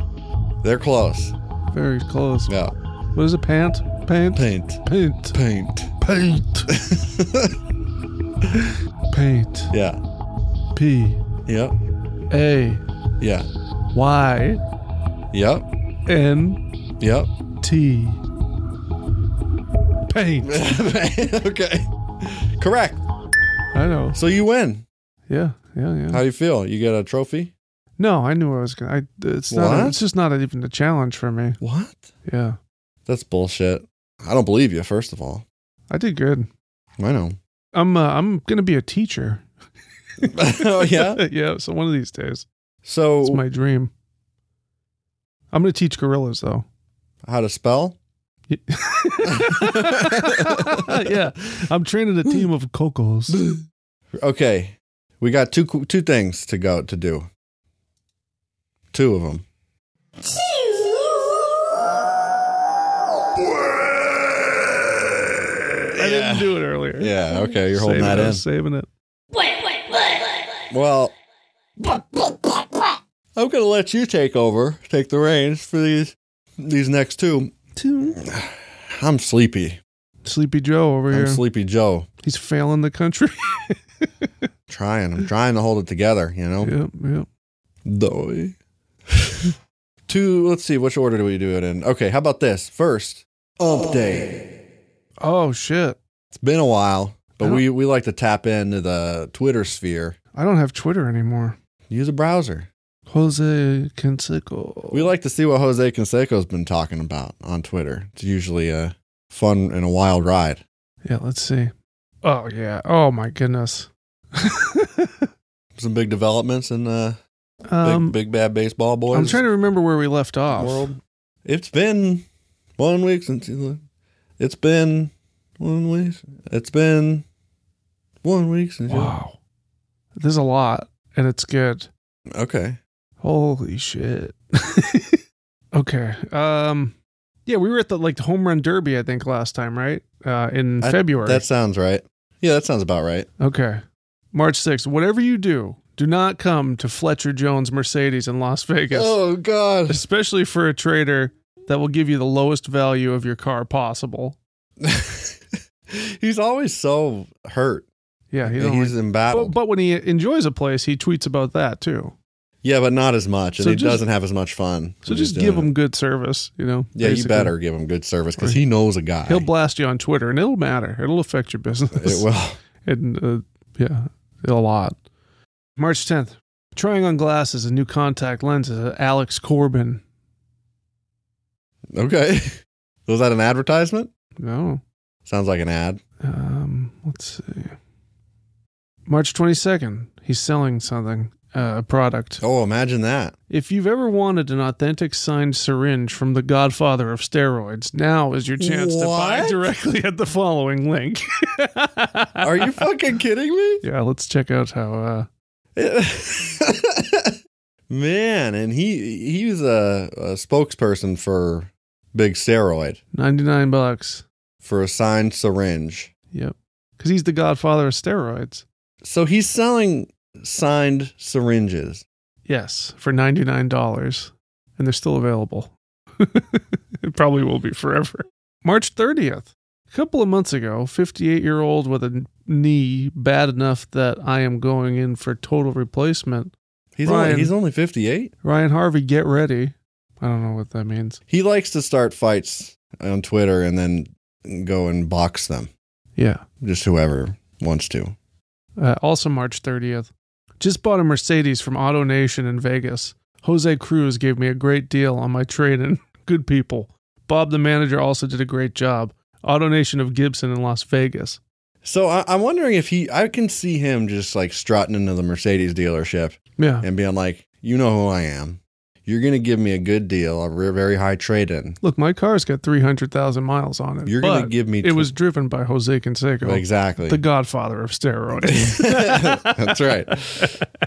S2: They're close.
S1: Very close.
S2: Yeah.
S1: What is it? Pant? Pant?
S2: Paint.
S1: Paint.
S2: Paint.
S1: Paint. Paint.
S2: Yeah.
S1: P.
S2: Yep.
S1: A.
S2: Yeah.
S1: Y.
S2: Yep.
S1: N.
S2: Yep.
S1: T. Paint.
S2: okay. Correct.
S1: I know.
S2: So you win.
S1: Yeah, yeah, yeah.
S2: How do you feel? You get a trophy?
S1: no, I knew I was gonna. I, it's not. a-
S2: What?
S1: it's just not even a challenge for me.
S2: What?
S1: Yeah,
S2: That's bullshit. I don't believe you, first of all.
S1: I did good.
S2: I know.
S1: I'm. Uh, I'm gonna be a teacher.
S2: oh, yeah. Oh.
S1: yeah. So one of these days,
S2: So,
S1: it's my dream. I'm gonna teach gorillas though.
S2: how to spell?
S1: yeah, I'm training a team of cocos.
S2: Okay. We got two two things to go to do. Two of them.
S1: I didn't do it earlier.
S2: Yeah, okay. You're holding
S1: saving
S2: that
S1: it,
S2: in.
S1: Saving it.
S2: Well, I'm going to let you take over, take the reins for these these next two.
S1: Two.
S2: I'm sleepy.
S1: Sleepy Joe over
S2: I'm
S1: here.
S2: sleepy Joe.
S1: He's failing the country.
S2: Trying. I'm trying to hold it together, you know?
S1: yep, yep.
S2: Doy. Two, let's see, which order do we do it in? Okay, how about this? First, update.
S1: Oh shit!
S2: It's been a while,
S1: I
S2: but
S1: don't-
S2: we, we like to tap into the Twitter sphere.
S1: I don't have Twitter anymore.
S2: Use a browser.
S1: Jose Canseco.
S2: We like to see what Jose Canseco's been talking about on Twitter. It's usually a fun and a wild ride.
S1: Yeah, let's see. Oh yeah. Oh my goodness.
S2: Some big developments in uh,
S1: Um,
S2: big, big Bad Baseball Boys.
S1: I'm trying to remember where we left off.
S2: world. It's been one week since you left. It's been one week. It's been one week since.
S1: Wow. There's a lot, and it's good.
S2: You, okay.
S1: Holy shit. okay. Um. Yeah, we were at the like the home run derby, I think, last time, right? Uh, in
S2: I-
S1: February.
S2: That sounds right. Yeah, that sounds about right.
S1: Okay. March 6th. Whatever you do, do not come to Fletcher Jones Mercedes in Las Vegas,
S2: Oh God.
S1: especially for a trader that will give you the lowest value of your car possible.
S2: He's always so hurt.
S1: Yeah, he don't
S2: He's
S1: like- but,
S2: embattled.
S1: but when he enjoys a place, he tweets about that too.
S2: yeah, but not as much, and
S1: So
S2: he
S1: just-
S2: doesn't have as much fun.
S1: So
S2: when
S1: just
S2: he's
S1: give
S2: doing
S1: him
S2: it.
S1: good service, you know.
S2: Yeah, you
S1: basically.
S2: better give him good service because he knows a guy.
S1: He'll blast you on Twitter, and it'll matter. It'll affect your business.
S2: it will.
S1: and uh, yeah, a lot. March 10th. Trying on glasses and new contact lenses. at Alex Corbin.
S2: Okay. Was that an advertisement?
S1: No,
S2: Sounds like an ad.
S1: Um, let's see. March 22nd, he's selling something, uh, a product.
S2: Oh, imagine that.
S1: If you've ever wanted an authentic signed syringe from the godfather of steroids, now is your chance to buy
S2: What?
S1: directly at the following link.
S2: Are you fucking kidding me?
S1: yeah, let's check out how. Uh,
S2: Man, and he he was a, a spokesperson for Big Steroid
S1: 99 bucks.
S2: for a signed syringe.
S1: Yep. Because he's the godfather of steroids.
S2: So he's selling signed syringes.
S1: Yes, for $99. And they're still available. it probably will be forever. March 30th. A couple of months ago, 58 year old with a knee bad enough that I am going in for total replacement.
S2: He's
S1: Ryan.
S2: only he's only fifty eight.
S1: Ryan Harvey, get ready. I don't know what that means.
S2: He likes to start fights on Twitter and then go and box them.
S1: Yeah.
S2: Just whoever wants to.
S1: Uh, also, March 30th. Just bought a Mercedes from Auto Nation in Vegas. Jose Cruz gave me a great deal on my trade in. Good people. Bob, the manager, also did a great job. Auto Nation of Gibson in Las Vegas.
S2: So I, I'm wondering if he I can see him just like strutting into the Mercedes dealership
S1: Yeah.
S2: and being like, you know who I am. You're going to give me a good deal, a re- very high trade in.
S1: Look, my car's got 300,000 miles on it.
S2: You're gonna
S1: but
S2: give me
S1: It
S2: tw-
S1: was driven by Jose Canseco,
S2: Exactly.
S1: the godfather of steroids.
S2: That's right.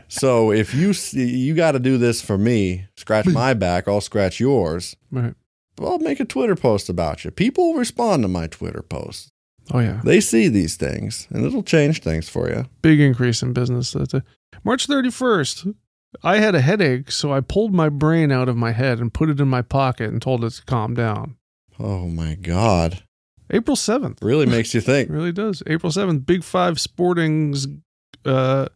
S2: So if you s- you got to do this for me, scratch my back, I'll scratch yours.
S1: right.
S2: But I'll make a Twitter post about you. People respond to my Twitter posts.
S1: Oh, yeah.
S2: They see these things, and it'll change things for you.
S1: Big increase in business. That's it. March 31st, I had a headache, so I pulled my brain out of my head and put it in my pocket and told it to calm down.
S2: Oh my God!
S1: April 7th.
S2: Really makes you
S1: It
S2: think.
S1: really does. April 7th, Big Five Sporting's. Uh,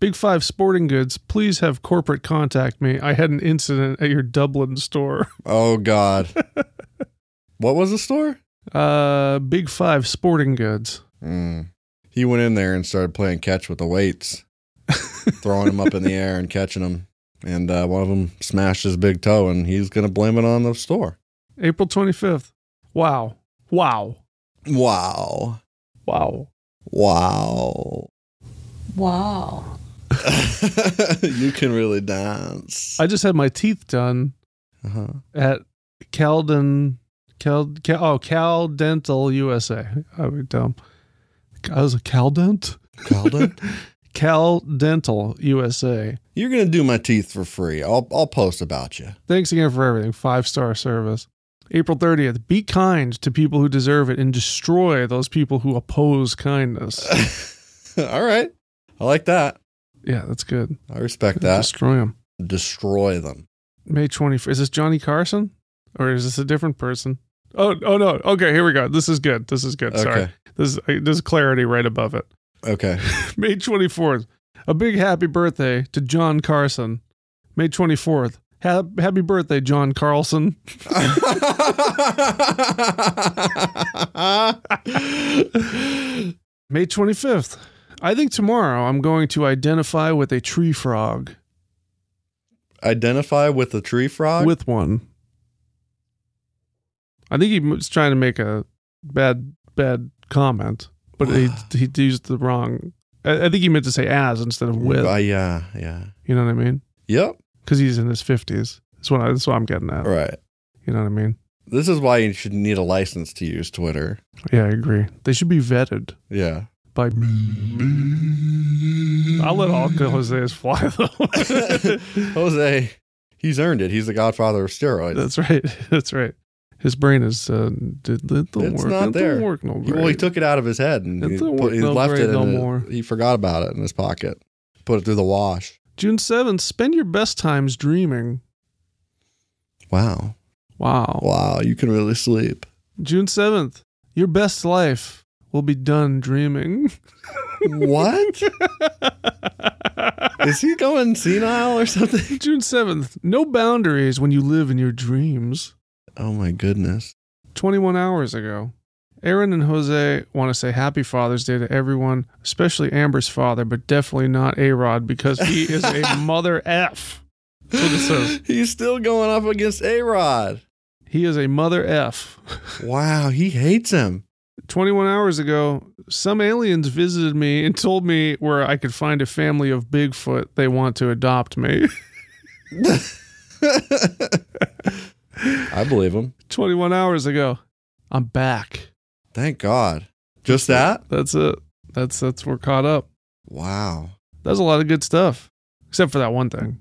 S1: Big Five Sporting Goods, please have corporate contact me. I had an incident at your Dublin store.
S2: Oh God! What was the store?
S1: Uh, Big Five Sporting Goods.
S2: Mm. He went in there and started playing catch with the weights, throwing them up in the air and catching them. And uh, one of them smashed his big toe, and he's going to blame it on the store.
S1: April 25th. Wow. Wow.
S2: Wow.
S1: Wow.
S2: Wow.
S9: Wow.
S2: you can really dance.
S1: I just had my teeth done
S2: Uh-huh.
S1: at Calden, Cal, Cal oh, Cal Dental USA. I was Oh, dumb. I was a Cal Dent?
S2: Calden,
S1: Cal Dental USA.
S2: you're going to do my teeth for free. I'll, I'll post about you.
S1: Thanks again for everything. Five star service. April 30th. Be kind to people who deserve it and destroy those people who oppose kindness.
S2: All right. I like that.
S1: yeah, that's good.
S2: I respect that.
S1: Destroy them.
S2: Destroy them.
S1: May 21st. Is this Johnny Carson or is this a different person? Oh, oh no. Okay, here we go. This is good. This is good. Sorry.
S2: Okay.
S1: This is, there's clarity right above it.
S2: Okay.
S1: May 24th. A big happy birthday to John Carson. May 24th. Ha- happy birthday, John Carlson. May 25th. I think tomorrow I'm going to identify with a tree frog.
S2: identify with the tree frog?
S1: with one. I think he was trying to make a bad bad comment, but he he used the wrong. I, I think he meant to say as instead of with.
S2: Uh, yeah, yeah.
S1: You know what I mean?
S2: Yep.
S1: Because he's in his fifties. That's what I, that's what I'm getting at.
S2: Right.
S1: You know what I mean?
S2: This is why you should need a license to use Twitter.
S1: Yeah, I agree. They should be vetted
S2: Yeah.
S1: by. I'll let all Jose's fly though.
S2: Jose, he's earned it. He's the godfather of steroids.
S1: that's right. That's right. His brain is uh, did it don't
S2: it's
S1: work.
S2: not
S1: it
S2: there.
S1: Don't work no
S2: He- well, he
S1: great.
S2: took it out of his head and
S1: It
S2: he,
S1: don't
S2: put-
S1: work
S2: he
S1: no
S2: left it.
S1: great no
S2: in a-
S1: more.
S2: He forgot about it in his pocket. Put it through the wash.
S1: June 7th, spend your best times dreaming.
S2: Wow.
S1: Wow.
S2: Wow. You can really sleep.
S1: June 7th, your best life will be done dreaming.
S2: what? Is he going senile or something?
S1: June 7th, no boundaries when you live in your dreams.
S2: Oh my goodness.
S1: 21 hours ago. Aaron and Jose want to say happy Father's Day to everyone, especially Amber's father, but definitely not A Rod because he is a mother F. That's what it says.
S2: He's still going up against A Rod.
S1: He is a mother F.
S2: Wow. He hates him.
S1: 21 hours ago, some aliens visited me and told me where I could find a family of Bigfoot they want to adopt me.
S2: I believe him.
S1: 21 hours ago, I'm back.
S2: Thank God. Just that?
S1: That's it. That's that's we're caught up.
S2: Wow.
S1: That's a lot of good stuff, except for that one thing.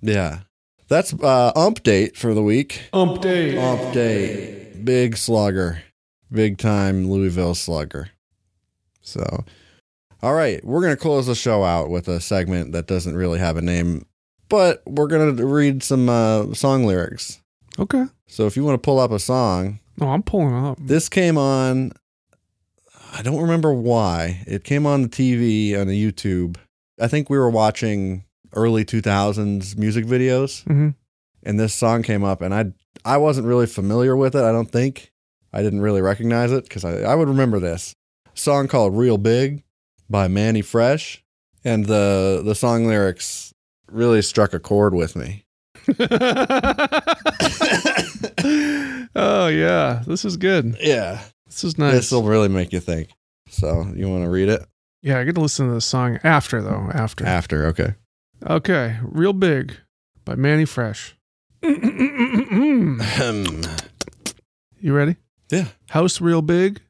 S2: Yeah. That's uh ump date for the week.
S1: Update.
S2: Ump date. Big slugger. Big time Louisville slugger. So all right, we're gonna close the show out with a segment that doesn't really have a name, but we're gonna read some uh, song lyrics.
S1: Okay.
S2: So if you want to pull up a song,
S1: No, I'm pulling up.
S2: this came on i don't remember why it came on the tv on the youtube i think we were watching early 2000s music videos
S1: Mhm.
S2: and this song came up and i i wasn't really familiar with it i don't think i didn't really recognize it because I, I would remember this song called real big by manny fresh and the the song lyrics really struck a chord with me
S1: oh yeah, this is good.
S2: yeah
S1: This is nice.
S2: this will really make you think so you want to read it
S1: yeah, I get to listen to the song after though. After.
S2: after okay
S1: Okay, real big by Manny Fresh. you
S2: Ahem.
S1: ready?
S2: yeah.
S1: House real big,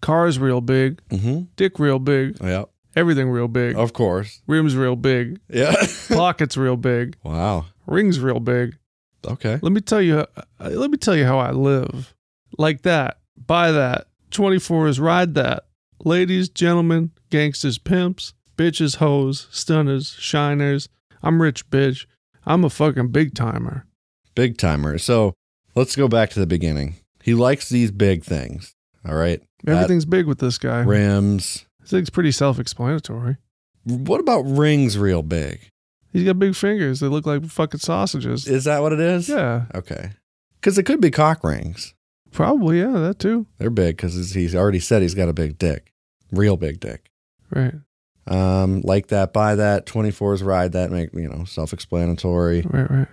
S1: cars real big,
S2: Mm-hmm.
S1: dick real big,
S2: Yeah.
S1: everything real big,
S2: Of course.
S1: rims real big,
S2: Yeah.
S1: pockets real big,
S2: wow.
S1: rings real big.
S2: Okay.
S1: Let me tell you. uh, Let me tell you how I live. Like that. Buy that. Twenty fours ride that. Ladies, gentlemen, gangsters, pimps, bitches, hoes, stunners, shiners. I'm rich, bitch. I'm a fucking big timer.
S2: Big timer. So let's go back to the beginning. He likes these big things. All right.
S1: Everything's big with this guy.
S2: That- rims.
S1: I think it's pretty self-explanatory.
S2: What about rings real big?
S1: He's got big fingers. They look like fucking sausages.
S2: Is that what it is?
S1: yeah,
S2: Okay. Because it could be cock rings.
S1: probably. Yeah, that too.
S2: They're big because he's already said he's got a big dick. Real big dick.
S1: Right.
S2: Um, like that, buy that, 24s ride that, make, you know, self explanatory.
S1: Right. Right.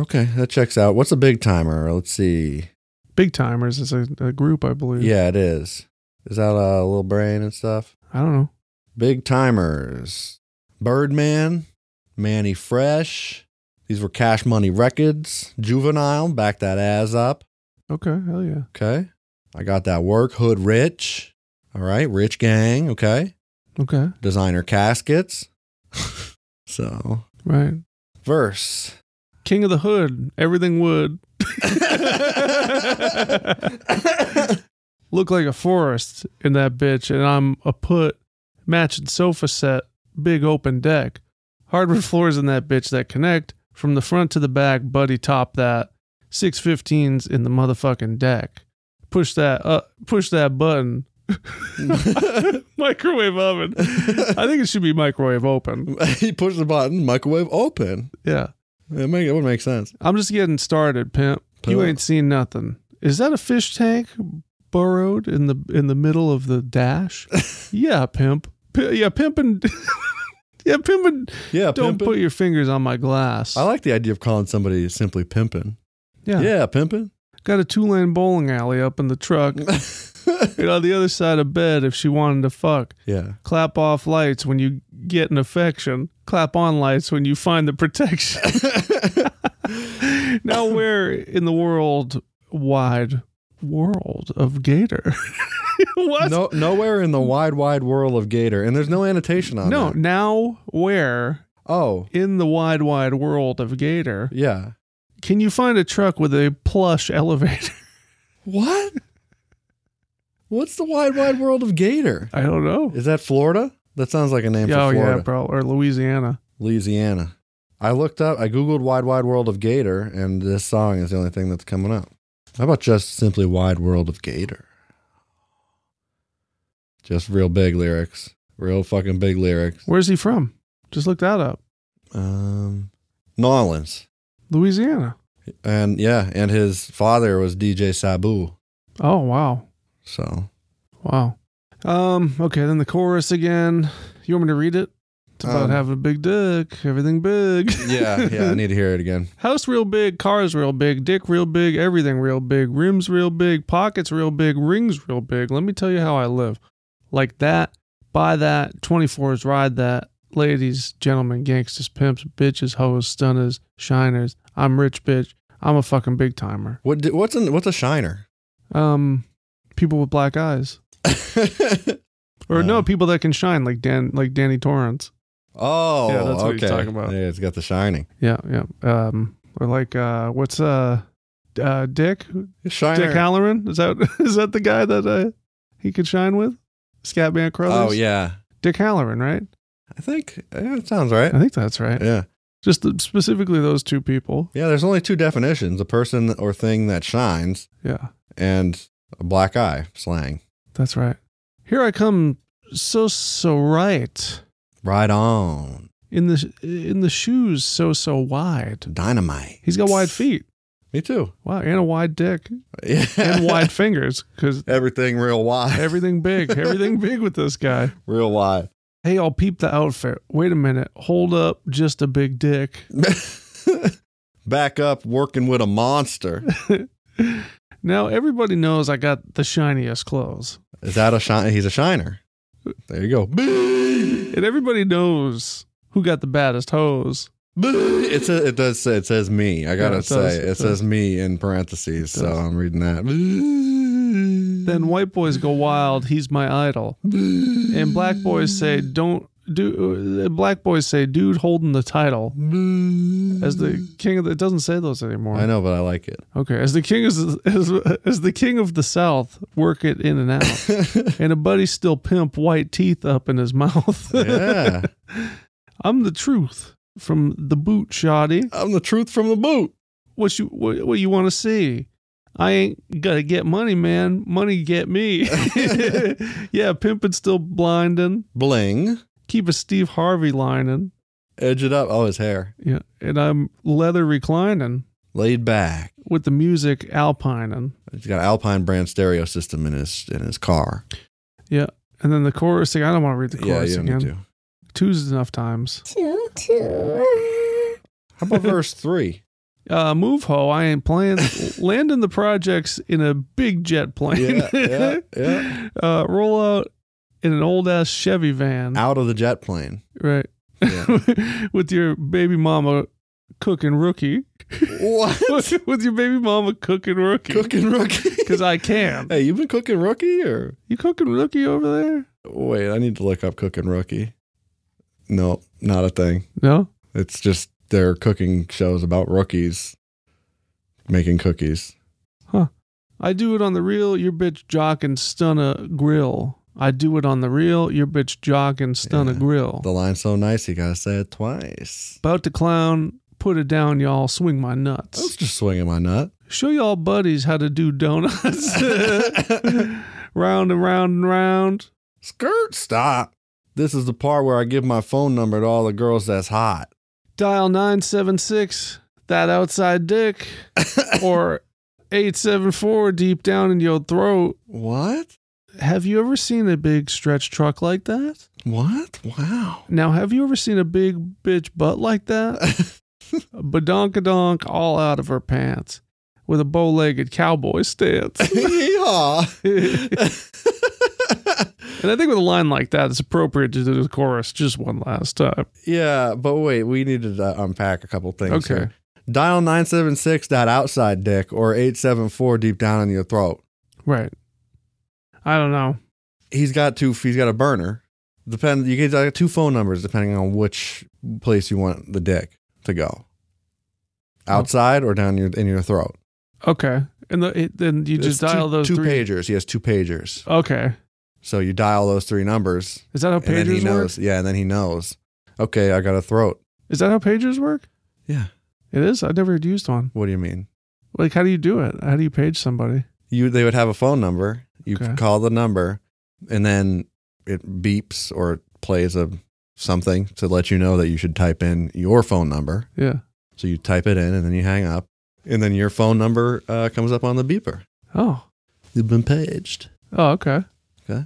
S2: Okay, that checks out. What's a big timer? Let's see.
S1: Big timers is a, a group, I believe.
S2: Yeah, it is. Is that a little brain and stuff?
S1: I don't know.
S2: Big timers. Birdman, Manny Fresh. These were Cash Money Records. Juvenile, back that ass up.
S1: Okay. Hell yeah.
S2: Okay. I got that work. Hood Rich. All right. Rich Gang. Okay.
S1: Okay.
S2: Designer Caskets. so,
S1: Right.
S2: verse.
S1: King of the Hood, everything wood. Look like a forest in that bitch, and I'm a put matching sofa set, big open deck. Hardwood floors in that bitch that connect from the front to the back, buddy top that. 615s in the motherfucking deck. Push that uh push that button. microwave oven. I think it should be microwave open.
S2: he pushed the button, microwave open.
S1: Yeah.
S2: It, make, it would make sense.
S1: I'm just getting started, pimp. You
S2: Pimp.
S1: ain't seen nothing. Is that a fish tank burrowed in the in the middle of the dash? yeah, pimp. P- yeah, pimp and Yeah, pimping.
S2: Yeah,
S1: Don't
S2: pimpin'.
S1: put your fingers on my glass.
S2: I like the idea of calling somebody simply pimping.
S1: yeah.
S2: Yeah, pimping.
S1: Got a two lane bowling alley up in the truck.
S2: Mm.
S1: and on the other side of bed, if she wanted to fuck,
S2: Yeah.
S1: clap off lights when you get an affection, clap on lights when you find the protection. now, where in the world wide world of Gator? what?
S2: No, nowhere in the wide, wide world of Gator, and there's no annotation on
S1: no,
S2: that.
S1: now where
S2: Oh,
S1: in the wide, wide world of Gator
S2: yeah.
S1: can you find a truck with a plush elevator?
S2: What? What's the wide, wide world of Gator?
S1: I don't know.
S2: Is that Florida? That sounds like a name
S1: Yeah, oh,
S2: for Florida.
S1: yeah, bro. Or Louisiana.
S2: Louisiana. I looked up, I Googled Wide Wide World of Gator, and this song is the only thing that's coming up. How about just simply Wide World of Gator? Just real big lyrics. Real fucking big lyrics.
S1: Where's he from? Just look that up.
S2: Um, New Orleans.
S1: Louisiana.
S2: And yeah, and his father was DJ Sabu.
S1: Oh, wow.
S2: So
S1: Wow. Um, okay, then the chorus again. You want me to read it? It's about
S2: Um,
S1: having a big dick, everything big.
S2: yeah, yeah, I need to hear it again.
S1: House real big, cars real big, dick real big, everything real big, rims real big, pockets real big, rings real big. Let me tell you how I live. Like that, buy that, 24s ride that, ladies, gentlemen, gangsters, pimps, bitches, hoes, stunners, shiners. I'm rich, bitch. I'm a fucking big timer.
S2: What di- what's in, what's a shiner?
S1: Um, people with black eyes. Or no,
S2: Uh.
S1: people that can shine like Dan, like Danny Torrance.
S2: oh,
S1: Yeah, that's what he's
S2: okay.
S1: talking about.
S2: Yeah, it's got the shining.
S1: Yeah, yeah. Um, or like uh, what's uh, uh, Dick
S2: Shiner.
S1: Dick Halloran? Is that is that the guy that uh, he could shine with? Scatman Crothers.
S2: oh yeah.
S1: Dick Halloran, right?
S2: I think yeah, it sounds right.
S1: I think that's right.
S2: Yeah.
S1: Just the, specifically those two people.
S2: Yeah, there's only two definitions a person or thing that shines
S1: Yeah,
S2: and a black eye slang.
S1: that's right. Here I come, so so right
S2: Right on.
S1: in the in the shoes, so so wide.
S2: Dynamite.
S1: He's got wide feet.
S2: Me too.
S1: Wow, and a wide dick
S2: Yeah.
S1: and wide fingers because
S2: Everything real wide.
S1: Everything big. Everything big with this guy.
S2: real wide.
S1: Hey, I'll peep the outfit. Wait a minute. Hold up. Just a big dick.
S2: Back up working with a monster.
S1: Now, everybody knows I got the shiniest clothes.
S2: Is that a shine? He's a shiner. There you go. Boo!
S1: And everybody knows who got the baddest hose.
S2: Boo! It says it does say it says me. I gotta
S1: it does,
S2: say
S1: it
S2: it,
S1: does.
S2: says me in parentheses,
S1: It
S2: so
S1: does.
S2: I'm reading that. Boo!
S1: Then white boys go wild. He's my idol. And black boys say, don't do. uh, Black boys say, dude holding the title as the king of the. It doesn't say those anymore.
S2: I know, but I like it.
S1: Okay, as the king is as, as the king of the South, work it in and out, and a buddy still pimp white teeth up in his mouth.
S2: Yeah.
S1: I'm the truth from the boot, shoddy.
S2: I'm the truth from the boot.
S1: What you what, what you want to see? I ain't gotta get money, man. Money get me. yeah, pimping still blinding.
S2: Bling.
S1: Keep a Steve Harvey lining.
S2: Edge it up. Oh, his hair.
S1: Yeah, and I'm leather reclining
S2: Laid back.
S1: with the music alpining.
S2: He's got an Alpine brand stereo system in his in his car.
S1: Yeah, and then the chorus. thing- I don't want to read the
S2: Yeah,
S1: chorus
S2: you don't
S1: again.
S2: need to.
S1: Two's enough times.
S6: Two, two.
S2: How about verse three?
S1: Uh, move ho, I ain't playing. Landing the projects in a big jet plane.
S2: Yeah, yeah, yeah.
S1: Uh, roll out in an old ass Chevy van.
S2: Out of the jet plane.
S1: Right.
S2: Yeah.
S1: With your baby mama cooking rookie.
S2: what?
S1: With your baby mama cooking rookie.
S2: cooking rookie.
S1: Because I can.
S2: hey, you've been cooking rookie or
S1: You cooking rookie over there?
S2: wait? I need to look up cooking rookie. No, not a thing.
S1: No?
S2: It's just they're cooking shows about rookies making cookies.
S1: I do it on the real, your bitch jock and stun a grill. I do it on the real, your bitch jock and stun a
S2: Yeah.
S1: grill.
S2: The line's so nice, you gotta say it twice.
S1: About to clown, put it down, y'all, swing my
S2: I was
S1: nuts.
S2: just swinging my nut.
S1: Show y'all buddies how to do donuts. round and round and round.
S2: Skirt, stop. This is the part where I give my phone number to all the girls that's hot.
S1: Dial 976, that outside dick. or 874, deep down in your throat.
S2: What?
S1: Have you ever seen a big stretch truck like that?
S2: What? Wow.
S1: Now, have you ever seen a big bitch butt like that? a badonkadonk all out of her pants with a bow legged cowboy stance.
S2: Yeehaw.
S1: And I think with a line like that, it's appropriate to do the chorus just one last time.
S2: yeah, but wait, we needed to unpack a couple things.
S1: Okay.
S2: here. Dial 976 dot outside dick or 874 deep down in your throat.
S1: Right. I don't know.
S2: He's got two he's got a burner. Depend you get uh, two phone numbers depending on which place you want the dick to go.
S1: Oh.
S2: Outside or down your in your throat.
S1: Okay. And the, it, then you just
S2: It's two-
S1: dial those
S2: two
S1: three.
S2: pagers. He has two pagers.
S1: Okay.
S2: So you dial those three numbers
S1: Is that how
S2: and then he
S1: pagers work?
S2: knows. Yeah, and then he knows. Okay, I got a throat.
S1: Is that how pagers work?
S2: Yeah.
S1: It is. I never had used one.
S2: What do you mean?
S1: Like, how do you do it? How do you page somebody?
S2: You they would have a phone number. You
S1: Okay.
S2: call the number, and then it beeps or plays a something to let you know that you should type in your phone number.
S1: Yeah.
S2: So you type it in, and then you hang up, and then your phone number uh, comes up on the beeper.
S1: Oh.
S2: You've been paged.
S1: Oh, okay.
S2: Okay.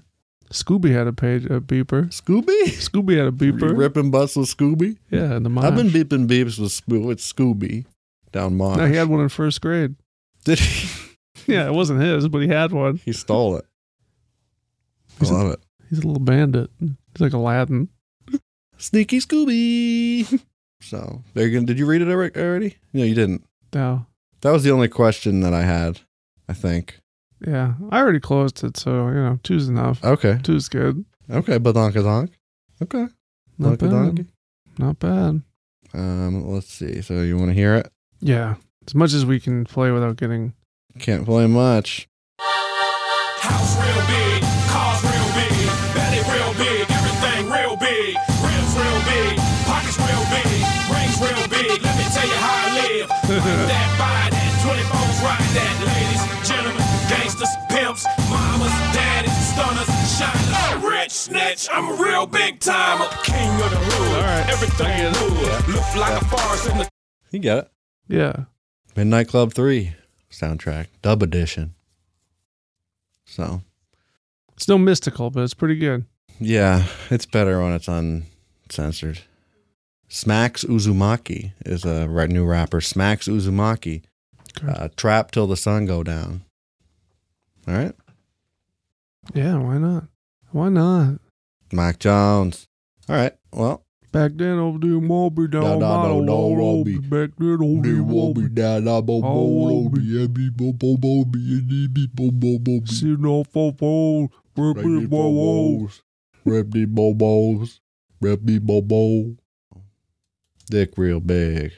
S1: Scooby had a page a beeper.
S2: Scooby.
S1: Scooby had a
S2: You
S1: beeper.
S2: ripping butts with Scooby.
S1: yeah, in the mine.
S2: I've been beeping beeps with, Sco- with Scooby down Mars.
S1: no, he had one in first grade.
S2: Did he?
S1: Yeah, it wasn't his, but he had one.
S2: He stole it.
S1: He's
S2: I
S1: a-
S2: love it.
S1: He's a little bandit. He's like Aladdin.
S2: Sneaky Scooby. so there you go. Did you read it alre- already? No, you didn't.
S1: No.
S2: That was the only question that I had. I think.
S1: Yeah. I already closed it, so you know, two's enough.
S2: Okay.
S1: Two's good.
S2: Okay. Badonkadonk. Okay.
S1: Not bad.
S2: Badonkadonk.
S1: Not bad.
S2: Um. Let's see. So you want to hear it?
S1: Yeah. As much as we can play without getting
S2: Can't play much.
S11: House real big, cars real big, belly real big, everything real big, ribs real big, pockets real big, rings real big. Let me tell you how I live. Live that, buy that, 24s ride that, ladies, gentlemen, gangsters, pimps, mamas, daddies, stunners, shiners. Rich snitch, I'm a real big timer. King of the hood, everything hood. Look like a forest in the
S2: You get it.
S1: Yeah.
S2: Midnight Club Three soundtrack dub edition. So
S1: It's no mystical, but it's pretty good.
S2: Yeah, it's better when it's uncensored. Smacks Uzumaki is a ra- new rapper. Smacks Uzumaki.
S1: Okay.
S2: Uh, trap till the sun go down. All right.
S1: Yeah, why not? Why not?
S2: Mike Jones. All right. Well.
S1: Back then, I'll do Moby down
S2: Da, da,
S1: my
S2: da, da,
S1: old
S2: Moby.
S1: Back then, I'll do Moby sitting off a phone. ripping my walls.
S2: Repty bobos. Repty bobo. Dick real big.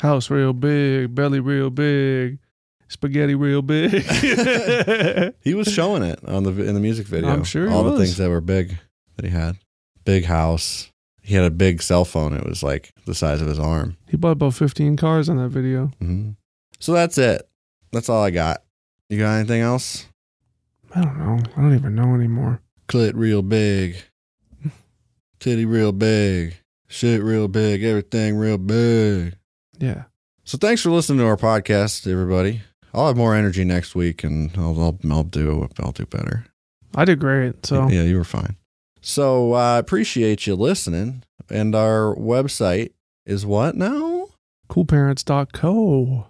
S1: House real big, belly real big, spaghetti real big.
S2: He was showing it on the in the music video.
S1: I'm sure he
S2: all the
S1: was.
S2: things that were big that he had. Big house. He had a big cell phone. It was like the size of his arm.
S1: he bought about 15 cars on that video.
S2: hmm So that's it. That's all I got. You got anything else?
S1: I don't know. I don't even know anymore.
S2: Clit real big. Titty real big. Shit real big. Everything real big.
S1: Yeah.
S2: So thanks for listening to our podcast, everybody. I'll have more energy next week, and I'll I'll, I'll do I'll do better.
S1: I did great. So,
S2: yeah, you were fine. So uh, I appreciate you listening. And our website is what now?
S1: coolparents.co.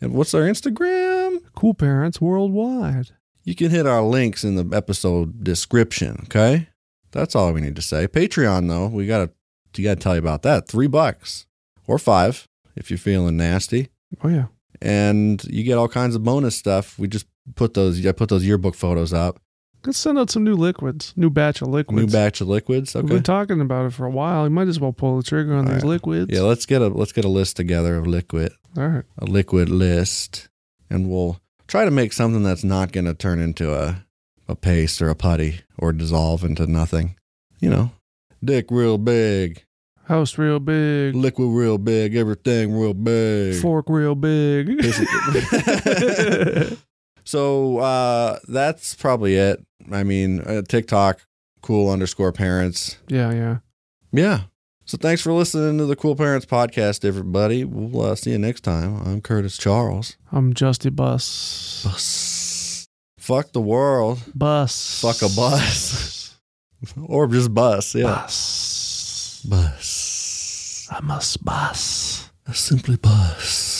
S2: And what's our Instagram?
S1: Cool parents worldwide.
S2: You can hit our links in the episode description. Okay, that's all we need to say. Patreon though, we gotta you gotta tell you about that. Three bucks or five if you're feeling nasty,
S1: Oh, yeah.
S2: and you get all kinds of bonus stuff. We just put those I put those yearbook photos up.
S1: Let's send out some new liquids, new batch of
S2: New
S1: liquids.
S2: batch of liquids.
S1: We've been
S2: Okay.
S1: talking about it for a while. You might as well pull the trigger on
S2: All
S1: these
S2: right.
S1: liquids.
S2: Yeah, let's get a let's get a list together of liquid.
S1: All right.
S2: a liquid list and we'll try to make something that's not going to turn into a, a paste or a putty or dissolve into nothing. You know, dick real big,
S1: House real big,
S2: liquid real big, everything real big.
S1: fork real big.
S2: Basically. so uh, that's probably it. I mean, uh, TikTok, cool underscore parents.
S1: yeah, yeah.
S2: Yeah. So thanks for listening to the Cool Parents Podcast, everybody. We'll uh, see you next time. I'm Curtis Charles.
S1: I'm Justy Bus.
S2: Bus. Fuck the world.
S1: Bus.
S2: Fuck a bus. or just bus. Yeah.
S1: Bus.
S2: Bus.
S1: I must bus.
S2: I simply bus.